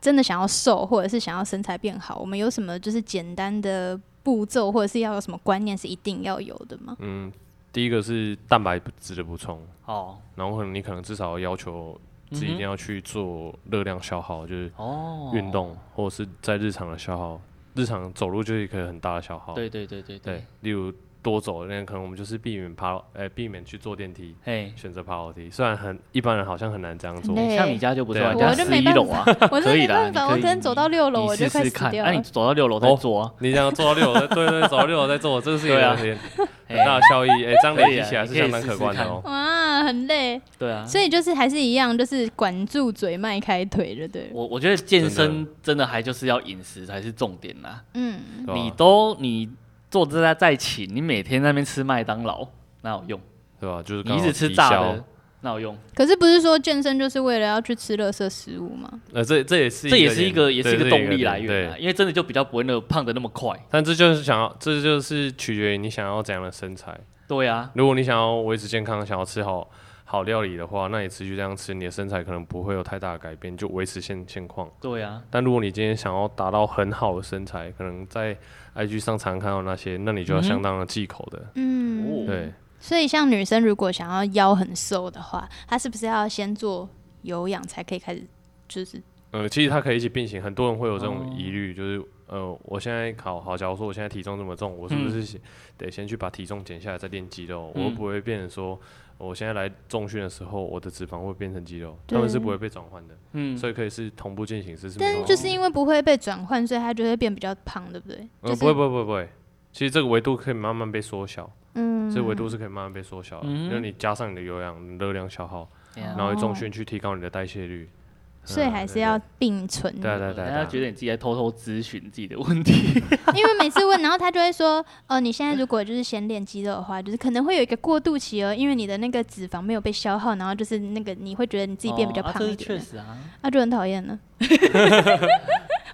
Speaker 1: 真的想要瘦，或者是想要身材变好，我们有什么就是简单的步骤，或者是要有什么观念是一定要有的吗？
Speaker 3: 嗯，第一个是蛋白质的补充，
Speaker 2: 好
Speaker 3: 然后可能你可能至少要求自己一定要去做热量消耗，就是
Speaker 2: 哦，
Speaker 3: 运动或者是在日常的消耗，日常走路就是一个很大的消耗，
Speaker 2: 对对对对
Speaker 3: 哦对，，例如多走，那可能我们就是避免爬，呃，避免去坐电梯。
Speaker 2: 嘿，
Speaker 3: 选择爬楼梯，虽然很一般人好像很难这样做
Speaker 1: 很，累
Speaker 2: 像你家就不错啊，
Speaker 3: 对
Speaker 2: 你家
Speaker 1: 我就
Speaker 2: 十
Speaker 1: 没
Speaker 2: 一
Speaker 1: 办
Speaker 2: 楼啊，
Speaker 1: 我真
Speaker 2: 可
Speaker 1: 的
Speaker 2: 以
Speaker 1: 没
Speaker 2: 啦
Speaker 1: 办法，
Speaker 2: 你
Speaker 1: 我
Speaker 2: 可以
Speaker 1: 真的走到六楼我
Speaker 2: 你
Speaker 1: 就
Speaker 2: 试
Speaker 1: 快
Speaker 2: 试
Speaker 1: 死
Speaker 2: 看，
Speaker 1: 掉
Speaker 2: 那你
Speaker 1: 了。
Speaker 2: 走到六楼再
Speaker 3: 哦
Speaker 2: 做啊，
Speaker 3: 你这样做到六楼再， 对对，走到六楼再做，这个是有
Speaker 2: 对啊
Speaker 3: 点很
Speaker 2: 嘿
Speaker 3: 大的效益，哎，这样
Speaker 2: 可以
Speaker 3: 累积
Speaker 2: 啊
Speaker 3: 起
Speaker 2: 你
Speaker 3: 来是
Speaker 2: 可以
Speaker 3: 相当可观的哦。
Speaker 1: 哇，很累，
Speaker 2: 对啊，
Speaker 1: 所以就是还是一样，就是管住嘴，迈开腿就对了。
Speaker 2: 我我觉得健
Speaker 3: 真
Speaker 2: 身真的还就是要饮食才是重点啦，
Speaker 1: 嗯，
Speaker 3: 对吧
Speaker 2: 你都你做这家再起，你每天在那边吃麦当劳哪有用？
Speaker 3: 对吧？就是
Speaker 2: 你
Speaker 3: 刚
Speaker 2: 一
Speaker 3: 好
Speaker 2: 直吃
Speaker 3: 抵
Speaker 2: 炸
Speaker 3: 消
Speaker 2: 的，哪有用？
Speaker 1: 可是不是说健身就是为了要去吃垃圾食物吗？
Speaker 3: 呃，这这也是
Speaker 2: 这也是一个
Speaker 3: 点
Speaker 2: 也是一
Speaker 3: 对
Speaker 2: 个
Speaker 3: 这
Speaker 2: 动力来源
Speaker 3: 点
Speaker 2: 啊，
Speaker 3: 对，
Speaker 2: 因为真的就比较不会那么胖的那么快，
Speaker 3: 但这就是想要，这就是取决于你想要怎样的身材。
Speaker 2: 对啊，
Speaker 3: 如果你想要维持健康，想要吃好好料理的话，那你持续这样吃，你的身材可能不会有太大的改变，就维持现现况。
Speaker 2: 对啊，
Speaker 3: 但如果你今天想要达到很好的身材，可能在 IG 上常看到那些，那你就要
Speaker 2: 嗯哼
Speaker 3: 相当的忌口的。
Speaker 1: 嗯，
Speaker 3: 对，
Speaker 1: 所以，像女生如果想要腰很瘦的话，她是不是要先做有氧才可以开始，就是
Speaker 3: 呃，其实它可以一起并行。很多人会有这种疑
Speaker 1: 嗯
Speaker 3: 虑，就是呃，我现在考好，假如说我现在体重这么重，我是
Speaker 1: 嗯
Speaker 3: 不是先得先去把体重减下来，再练肌肉？我
Speaker 2: 嗯
Speaker 3: 会不会变成说，我现在来重训的时候，我的脂肪会变成肌肉？
Speaker 1: 对
Speaker 3: 他们是不会被转换的，
Speaker 2: 嗯，
Speaker 3: 所以可以是同步进行，是是没
Speaker 1: 但
Speaker 3: 有
Speaker 1: 是
Speaker 3: 问
Speaker 1: 就
Speaker 3: 题。
Speaker 1: 是因为不会被转换，所以它就会变比较胖，对不对？
Speaker 3: 呃，不会，不会，不会，不会。其实这个维度可以慢慢被缩小，
Speaker 1: 嗯，
Speaker 3: 这维度是可以慢慢被缩小的，
Speaker 2: 嗯
Speaker 3: 因为你加上你的有氧、热量消耗，
Speaker 2: 对啊
Speaker 3: 然后重训去提高你的代谢率。
Speaker 1: 哦所以
Speaker 3: 嗯
Speaker 1: 还是
Speaker 3: 对
Speaker 1: 要并存。
Speaker 3: 对啊对啊对啊
Speaker 2: 大家
Speaker 3: 对啊
Speaker 2: 觉得你自己在偷偷咨询自己的问题，
Speaker 1: 因为每次问，然后他就会说，哦，你现在如果就是先练肌肉的话，就是可能会有一个过渡期哦，因为你的那个脂肪没有被消耗，然后就是那个你会觉得你自己变比较
Speaker 2: 哦啊
Speaker 1: 胖
Speaker 2: 这
Speaker 1: 一
Speaker 2: 是
Speaker 1: 点
Speaker 2: 确
Speaker 1: 的，
Speaker 2: 实啊，
Speaker 1: 那就很讨厌 了。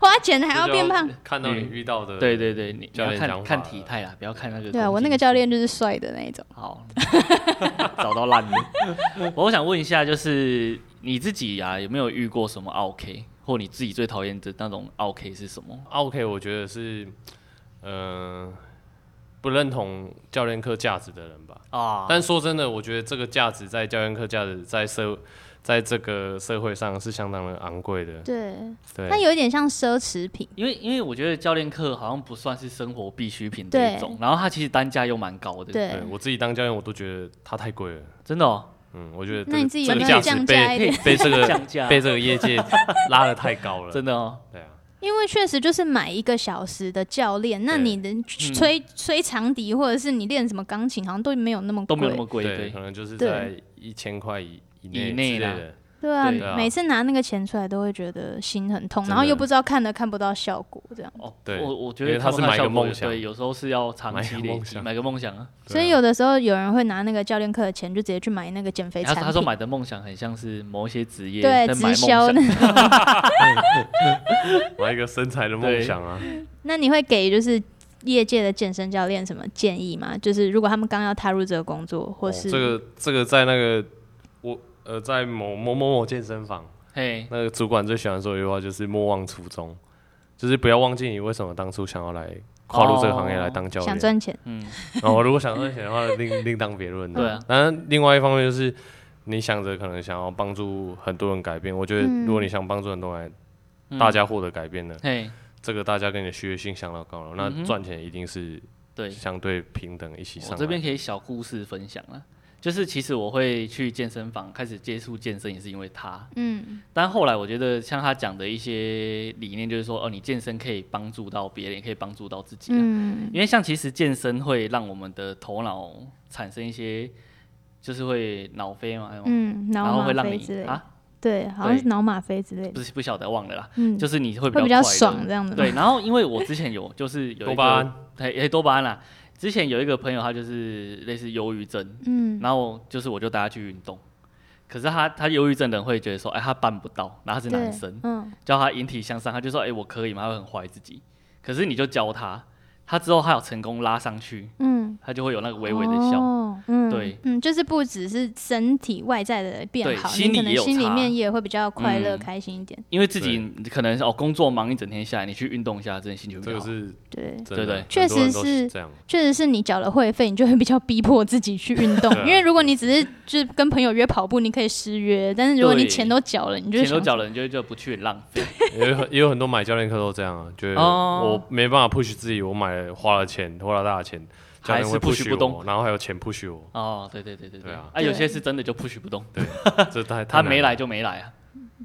Speaker 1: 花钱还要变胖，，
Speaker 3: 看到你遇到
Speaker 2: 嗯
Speaker 3: 的，
Speaker 2: 对对对，你你
Speaker 3: 教
Speaker 2: 要
Speaker 3: 练
Speaker 2: 看
Speaker 3: 讲
Speaker 2: 看
Speaker 3: 法
Speaker 2: 体态啦，不要看那个。
Speaker 1: 对啊，我那个教练就是帅的那一种。
Speaker 2: 好， 找到烂的。我想问一下，就是你自己啊，有没有遇过什么 OK，或你自己最讨厌的那种 OK 是什么？
Speaker 3: 啊 OK，我觉得是，嗯、不认同教练课价值的人吧。
Speaker 2: 啊
Speaker 3: 但说真的，我觉得这个价值在教练课价值在社，在这个社会上是相当的昂贵的。
Speaker 1: 对，它
Speaker 3: 对，
Speaker 1: 有一点像奢侈品，
Speaker 2: 因为因为我觉得教练课好像不算是生活必需品这
Speaker 1: 对
Speaker 2: 一种，然后它其实单价又蛮高的，，
Speaker 1: 对
Speaker 3: 对。我自己当教练，我都觉得它太贵了。
Speaker 2: 真的哦，
Speaker 3: 嗯，我觉得
Speaker 1: 那
Speaker 3: 这
Speaker 1: 你
Speaker 3: 个
Speaker 1: 自己
Speaker 3: 这
Speaker 1: 有
Speaker 3: 个
Speaker 1: 没
Speaker 3: 价
Speaker 1: 有
Speaker 3: 值
Speaker 1: 降
Speaker 3: 被
Speaker 1: 价一点？
Speaker 3: 被这 个
Speaker 2: 降价
Speaker 3: 被这个 业界拉的太高了。
Speaker 2: 真
Speaker 3: 的，
Speaker 2: 的哦，
Speaker 3: 对啊，
Speaker 1: 因为确实就是买一个小时的教练，那
Speaker 3: 对
Speaker 1: 你能吹
Speaker 2: 嗯
Speaker 1: 吹长笛或者是你练什么钢琴，好像都没有那么
Speaker 2: 都没有那
Speaker 1: 贵
Speaker 2: 么贵，
Speaker 3: 对，
Speaker 2: 对
Speaker 3: 可，能就是
Speaker 1: 对
Speaker 3: 在一千块以以内
Speaker 2: 以内
Speaker 3: 之类
Speaker 2: 啦
Speaker 3: 的。
Speaker 1: 对啊，
Speaker 2: 对
Speaker 3: 啊
Speaker 1: 每次拿那个钱出来都会觉得心很痛，
Speaker 3: 真的
Speaker 1: 然后又不知道看了看不到效果，这样。
Speaker 2: 哦，
Speaker 3: 对
Speaker 2: 我我觉
Speaker 3: 因
Speaker 2: 得
Speaker 3: 为它是买个
Speaker 2: 效果
Speaker 3: 梦想
Speaker 2: 对，有时候是要长期
Speaker 3: 买个
Speaker 2: 累
Speaker 3: 梦
Speaker 2: 积，
Speaker 3: 想
Speaker 2: 买个梦想啊。
Speaker 3: 对啊
Speaker 1: 所以有的时候有人会拿那个教练课的钱，就直接去买那个减肥产
Speaker 2: 他说
Speaker 1: 品。
Speaker 2: 他说买的梦想很像是某一些职业
Speaker 1: 对
Speaker 2: 在买
Speaker 1: 直
Speaker 2: 梦
Speaker 1: 销
Speaker 2: 想，
Speaker 1: 那种。
Speaker 3: 买一个身材的梦
Speaker 2: 对
Speaker 3: 想啊。
Speaker 1: 那你会给就是业界的健身教练什么建议吗？就是如果他们刚要踏入这个工作，或
Speaker 3: 哦
Speaker 1: 是、
Speaker 3: 这个这个在那个我呃在某某某某健身房，
Speaker 2: 嘿，
Speaker 3: 那个主管最喜欢说一句话就是莫忘初衷，就是不要忘记你为什么当初想要来跨入这个行业
Speaker 2: 哦
Speaker 3: 来当教
Speaker 1: 想
Speaker 3: 练。
Speaker 1: 赚钱，
Speaker 2: 嗯，
Speaker 3: 然后如果想赚钱的话，另另当别论。
Speaker 2: 对啊，
Speaker 3: 当然另外一方面就是你想着可能想要帮助很多人改变，我觉得
Speaker 1: 嗯
Speaker 3: 如果你想帮助很多人，
Speaker 2: 嗯
Speaker 3: 大家获得改变呢，
Speaker 2: 嘿，
Speaker 3: 这个大家跟你的需求性相当高了，
Speaker 2: 嗯哼
Speaker 3: 那赚钱一定是
Speaker 2: 对，
Speaker 3: 相对平等一起上
Speaker 2: 我
Speaker 3: 来。
Speaker 2: 这边可以小故事分享啊，就是其实我会去健身房开始接触健身，也是因为他。
Speaker 1: 嗯，
Speaker 2: 但后来我觉得像他讲的一些理念，就是说，哦，你健身可以帮助到别人，也可以帮助到自己、啊。
Speaker 1: 嗯，
Speaker 2: 因为像其实健身会让我们的头脑产生一些，就是会脑啡嘛，哎呦
Speaker 1: 嗯，
Speaker 2: 然
Speaker 1: 脑
Speaker 2: 后会
Speaker 1: 吗
Speaker 2: 让
Speaker 1: 啡
Speaker 2: 你
Speaker 1: 之类的，
Speaker 2: 啊，
Speaker 1: 对，好像是
Speaker 2: 对
Speaker 1: 脑吗啡之类的，
Speaker 2: 不是不晓得忘了啦，
Speaker 1: 嗯，
Speaker 2: 就是你会比
Speaker 1: 会
Speaker 2: 较
Speaker 1: 比较
Speaker 2: 快乐
Speaker 1: 爽这样子。
Speaker 2: 对，，然后因为我之前有就是有一个
Speaker 3: 多巴胺，
Speaker 2: 哎哎多巴胺啦，之前有一个朋友他就是类似忧郁症，
Speaker 1: 嗯，
Speaker 2: 然后就是我就带他去运动，可是他他忧郁症的人会觉得说，哎，他办不到，然后他是男
Speaker 1: 对，
Speaker 2: 生，
Speaker 1: 嗯，
Speaker 2: 叫他引体向上，他就说，哎，我可以吗？他会很怀疑自己。可是你就教他，他之后他有成功拉上去，
Speaker 1: 嗯。
Speaker 2: 他就会有那个微微的笑。
Speaker 1: 哦、嗯，
Speaker 2: 对，
Speaker 1: 嗯，就是不只是身体外在的变
Speaker 2: 对
Speaker 1: 好，
Speaker 2: 心
Speaker 1: 你可
Speaker 2: 里
Speaker 1: 能
Speaker 2: 也有
Speaker 1: 心里
Speaker 2: 差
Speaker 1: 面也会比较快乐、
Speaker 2: 嗯
Speaker 1: 开心一点。
Speaker 2: 因为自己可能哦工作忙一整天下来，你去运动一下，真的心情会
Speaker 3: 这
Speaker 2: 比
Speaker 3: 个
Speaker 2: 较好。
Speaker 3: 是
Speaker 1: 对，
Speaker 3: 真
Speaker 2: 对
Speaker 3: 的
Speaker 2: 对
Speaker 1: 确
Speaker 3: 很多人
Speaker 1: 实
Speaker 3: 都
Speaker 1: 是
Speaker 3: 这样。
Speaker 1: 确实是你缴了会费，你就会比较逼迫自己去运动
Speaker 3: 对，啊
Speaker 1: 因为如果你只是就是跟朋友约跑步，你可以失约，但是如果你
Speaker 2: 对
Speaker 1: 钱都缴了，你就
Speaker 2: 钱都
Speaker 1: 想
Speaker 2: 缴了，你就就不去浪费。
Speaker 3: 也有很也有很多买教练课都这样啊，觉得
Speaker 2: 哦
Speaker 3: 我没办法 push 自己，我买了花了钱，花了大的钱，教练
Speaker 2: 还
Speaker 3: 会
Speaker 2: 是 push
Speaker 3: push
Speaker 2: 不动，
Speaker 3: 我，然后还有钱 push 我
Speaker 2: 哦，对对对对
Speaker 3: 对啊
Speaker 2: 啊，有些是真的就 push 不动，
Speaker 3: 这太
Speaker 2: 他没，来
Speaker 3: 太
Speaker 2: 就没来啊。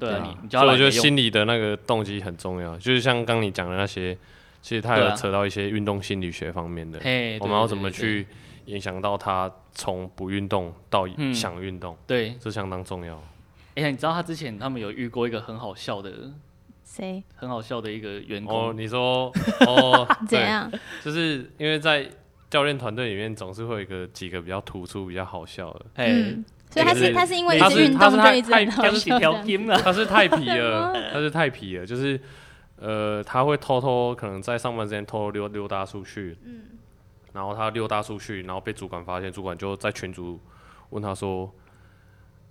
Speaker 2: 对
Speaker 3: 难
Speaker 2: 啊，
Speaker 3: 了
Speaker 2: 你你叫
Speaker 3: 所
Speaker 2: 他
Speaker 3: 以我
Speaker 2: 来
Speaker 3: 觉得
Speaker 2: 没用。
Speaker 3: 心里的那个动机很重要，就是像刚你讲的那些，其实他
Speaker 2: 对啊
Speaker 3: 有扯到一些运动心理学方面的，
Speaker 2: 嘿，
Speaker 3: 我
Speaker 2: 对
Speaker 3: 们要
Speaker 2: 对
Speaker 3: 怎么
Speaker 2: 对
Speaker 3: 去影响到他从不运动到
Speaker 2: 嗯
Speaker 3: 想运动，
Speaker 2: 对？
Speaker 3: 这相当重要。
Speaker 2: 哎、呀，你知道他之前他们有遇过一个很好笑的、
Speaker 1: 谁
Speaker 2: 很好笑的一个员
Speaker 3: 哦，
Speaker 2: 工，
Speaker 3: 你说哦，
Speaker 1: 怎
Speaker 3: 对，
Speaker 1: 样？
Speaker 3: 就是因为在教练团队里面总是会有一个几个比较突出、比较好笑的。
Speaker 2: 哎、
Speaker 1: 嗯，所以他
Speaker 3: 就是是
Speaker 1: 他是因为一
Speaker 3: 他
Speaker 1: 直
Speaker 3: 是
Speaker 1: 运
Speaker 3: 他
Speaker 1: 动
Speaker 3: 是
Speaker 1: 就
Speaker 3: 太
Speaker 1: 一直
Speaker 3: 太
Speaker 1: 很好
Speaker 2: 刚
Speaker 1: 笑
Speaker 2: 起
Speaker 1: 这
Speaker 2: 条
Speaker 1: 样。
Speaker 2: 筋啊，
Speaker 3: 他是太皮 了，他是太皮了，就是呃，他会偷偷可能在上班时间偷偷溜溜达出去，
Speaker 2: 嗯
Speaker 3: 然后他溜达出去，然后被主管发现，主管就在群组问他说，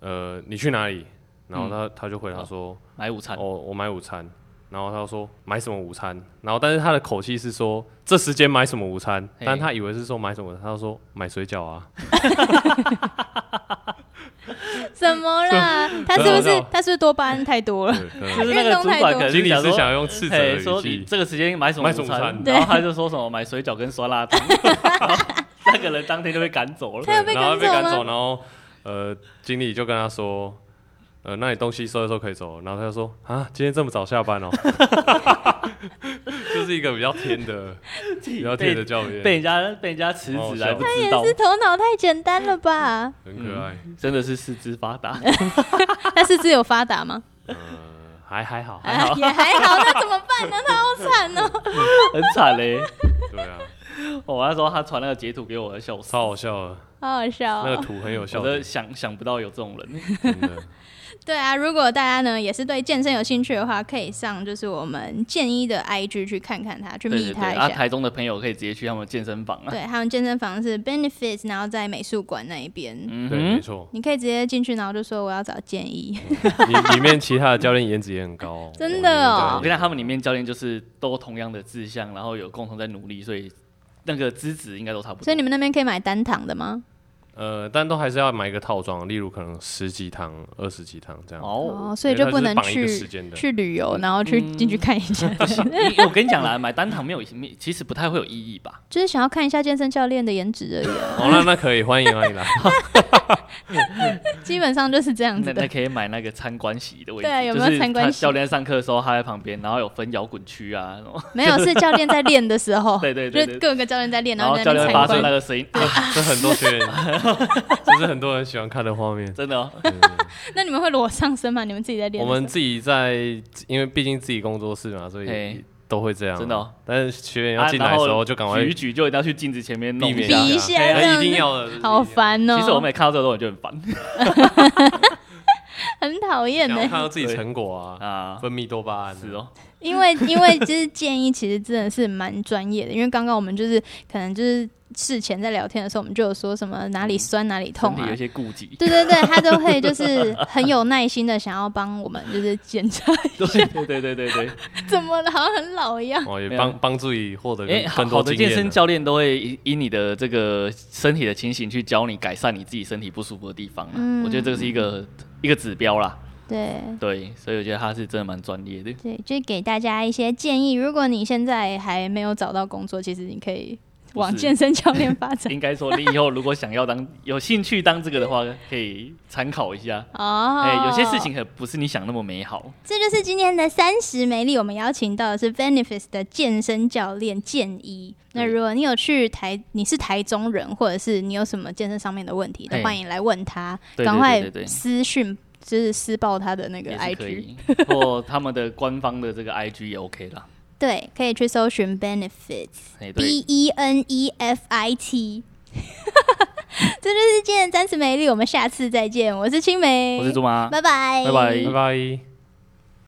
Speaker 3: 呃，你去哪里？然后他、
Speaker 2: 嗯
Speaker 3: 他就回答说，
Speaker 2: 买午餐，
Speaker 3: 哦，我买午餐。然后他说买什么午餐？然后但是他的口气是说这时间买什么午餐？
Speaker 2: 嘿
Speaker 3: 但他以为是说买什么，他就说买水饺啊。
Speaker 1: 怎么啦？他是不是他是不是多巴胺太多了？
Speaker 3: 对可
Speaker 2: 就是
Speaker 3: 能
Speaker 2: 那个主管可能
Speaker 3: 经理
Speaker 2: 说
Speaker 3: 是想用斥责
Speaker 2: 嘿，
Speaker 3: 的
Speaker 2: 说
Speaker 3: 语
Speaker 2: 你
Speaker 3: 气，
Speaker 2: 这个时间买什么
Speaker 3: 买什么午
Speaker 2: 餐
Speaker 3: 餐，
Speaker 1: 对
Speaker 2: 然后他就说什么买水饺跟酸辣汤，然后那个人当天就被赶走了
Speaker 1: 他。有被
Speaker 3: 然后被
Speaker 1: 赶
Speaker 3: 赶
Speaker 1: 走吗
Speaker 3: 走，然后呃，经理就跟他说，呃，那你东西收一收可以走，然后他就说啊，今天这么早下班哦， 就是一个比较天的、比较天的
Speaker 2: 被
Speaker 3: 教练，
Speaker 2: 被人家被人家辞
Speaker 3: 好好
Speaker 2: 职
Speaker 3: 笑
Speaker 2: 还不
Speaker 1: 他
Speaker 2: 知道
Speaker 1: 也，是头脑太简单了吧？
Speaker 3: 很可爱，
Speaker 2: 真的是四肢发达，
Speaker 1: 他是只有发达吗？
Speaker 3: 呃，还还好，
Speaker 2: 还好
Speaker 1: 啊也还好，那怎么办呢？他好惨 哦。
Speaker 2: 很惨欸嘞。
Speaker 3: 对啊，
Speaker 2: 哦我那时候他传那个截图给我，笑死。
Speaker 3: 超好笑的，
Speaker 1: 好好笑、
Speaker 3: 那个
Speaker 1: 哦。
Speaker 3: 图很有
Speaker 2: 我
Speaker 3: 笑
Speaker 2: 都
Speaker 3: 点，
Speaker 2: 想想不到有这 种人，
Speaker 3: 真的，
Speaker 1: 对啊，如果大家呢也是对健身有兴趣的话，可以上就是我们建一的 IG 去看看他，去
Speaker 2: 对对
Speaker 1: 密
Speaker 2: 对，
Speaker 1: 他一下。
Speaker 2: 啊，台中的朋友可以直接去他们健身房啊，
Speaker 1: 对，他们健身房是 Benefits，然后在美术馆那一边，
Speaker 2: 嗯
Speaker 3: 对，没
Speaker 2: 哼，
Speaker 3: 错，
Speaker 1: 你可以直接进去，然后就说我要找建一。
Speaker 2: 嗯
Speaker 3: 里里面其他的教练颜值也很高哦，
Speaker 1: 真的哦
Speaker 2: 我跟你讲，他们里面教练就是都同样的志向，然后有共同在努力，所以那个资质应该都差不多。
Speaker 1: 所以你们那边可以买单糖的吗？
Speaker 3: 呃，但都还是要买一个套装，例如可能十几堂、二十几堂这样。
Speaker 2: 哦
Speaker 1: 哦，，所以就不能
Speaker 3: 因为它是绑一个时
Speaker 1: 去
Speaker 3: 间的
Speaker 1: 去旅游，然后去
Speaker 2: 嗯
Speaker 1: 进去看一下，
Speaker 2: 你我跟你讲啦，买单堂没有，没其实不太会有意义吧？
Speaker 1: 就是想要看一下健身教练的颜值而 已啊。
Speaker 3: 哦，那那可以，欢迎 欢迎来。
Speaker 1: 基本上就是这样
Speaker 2: 那
Speaker 1: 子
Speaker 2: 那
Speaker 1: 的。
Speaker 2: 可以买那个参观席的位 置，
Speaker 1: 对啊有没有
Speaker 2: 嗯就是
Speaker 1: 参观
Speaker 2: 他
Speaker 1: 席
Speaker 2: 教练上课的时候他在旁边，然后有分摇滚区啊， 什么
Speaker 1: 没有，是教练在练的时候，
Speaker 2: 对对
Speaker 1: 就
Speaker 2: 对
Speaker 1: 是
Speaker 2: 对
Speaker 1: 各个教练在练，
Speaker 2: 然
Speaker 1: 后
Speaker 2: 后
Speaker 1: 在
Speaker 2: 教
Speaker 1: 那边参
Speaker 2: 练发
Speaker 1: 观。
Speaker 2: 出那个声音，啊
Speaker 3: 这很 多学员，这是很多人喜欢看的画面。
Speaker 2: 真的 哦，
Speaker 1: 那你们会裸上身吗？你们自己在练
Speaker 3: 我
Speaker 1: 的时候？
Speaker 3: 们自己在，因为毕竟自己工作室嘛，所
Speaker 2: 嘿
Speaker 3: 以都会这样。啊
Speaker 2: 真的哦
Speaker 3: 但是学员要
Speaker 2: 啊
Speaker 3: 进来的时候就赶快
Speaker 2: 然后举一举就一定要去镜子前面弄
Speaker 3: 避免
Speaker 1: 一下
Speaker 3: 啊
Speaker 1: 比一下
Speaker 3: 哎一定要的。
Speaker 1: 好烦哦、
Speaker 2: 其实我每看到这个东西就很烦
Speaker 1: 很讨厌欸
Speaker 3: 想要看
Speaker 1: 呢，
Speaker 3: 到自己成果啊，
Speaker 2: 啊，
Speaker 3: 分泌多巴胺啊。
Speaker 2: 是哦，
Speaker 1: 因为因为就是建议，其实真的是蛮专业的。因为刚刚我们就是可能就是事前在聊天的时候，我们就有说什么哪里酸哪里
Speaker 2: 身
Speaker 1: 痛
Speaker 2: 体
Speaker 1: 啊
Speaker 2: 有一，些顾 忌，
Speaker 1: 对对对，他都会就是很有耐心的想要帮我们就是检查
Speaker 2: 对对对对 对对。
Speaker 1: 怎么了，好像很老一样。
Speaker 3: 哦，也
Speaker 2: 没有
Speaker 3: 帮帮助你获得
Speaker 2: 哎，
Speaker 3: 更
Speaker 2: 好
Speaker 3: 更
Speaker 2: 好
Speaker 3: 多
Speaker 2: 的
Speaker 3: 经
Speaker 2: 健
Speaker 3: 验
Speaker 2: 身
Speaker 3: 啊。
Speaker 2: 教练都会以以你的这个身体的情形去教你改善你自己身体不舒服的地方啊。
Speaker 1: 嗯
Speaker 2: 我觉得这个是一个一个指标啦，
Speaker 1: 对
Speaker 2: 对，所以我觉得他是真的蛮专业的。
Speaker 1: 对，就给大家一些建议。如果你现在还没有找到工作，其实你可以往
Speaker 2: 不是
Speaker 1: 健身教练发展。
Speaker 2: 应该说，你以后如果想要当有兴趣当这个的话，可以参考一下。
Speaker 1: 哦，
Speaker 2: 哎、有些事情可不是你想那么美好。
Speaker 1: 这就是今天的三十美丽，我们邀请到的是 Benefits 的健身教练建一。那如果你有去台，你是台中人，或者是你有什么健身上面的问题，都
Speaker 2: 哎
Speaker 1: 欢迎来问他，
Speaker 2: 对对
Speaker 1: 赶
Speaker 2: 对对
Speaker 1: 快
Speaker 2: 对
Speaker 1: 私讯，就是私报他的那个
Speaker 2: 也是可
Speaker 1: IG，
Speaker 2: 以， 或他们的官方的这个 IG 也 OK 啦。
Speaker 1: 对，可以去搜寻 Benefits
Speaker 2: 哎，对，
Speaker 1: B E N E F I T。这就是今天的三十美丽，我们下次再见。我是青梅，
Speaker 2: 我是猪妈，
Speaker 1: 拜拜，
Speaker 3: 拜拜。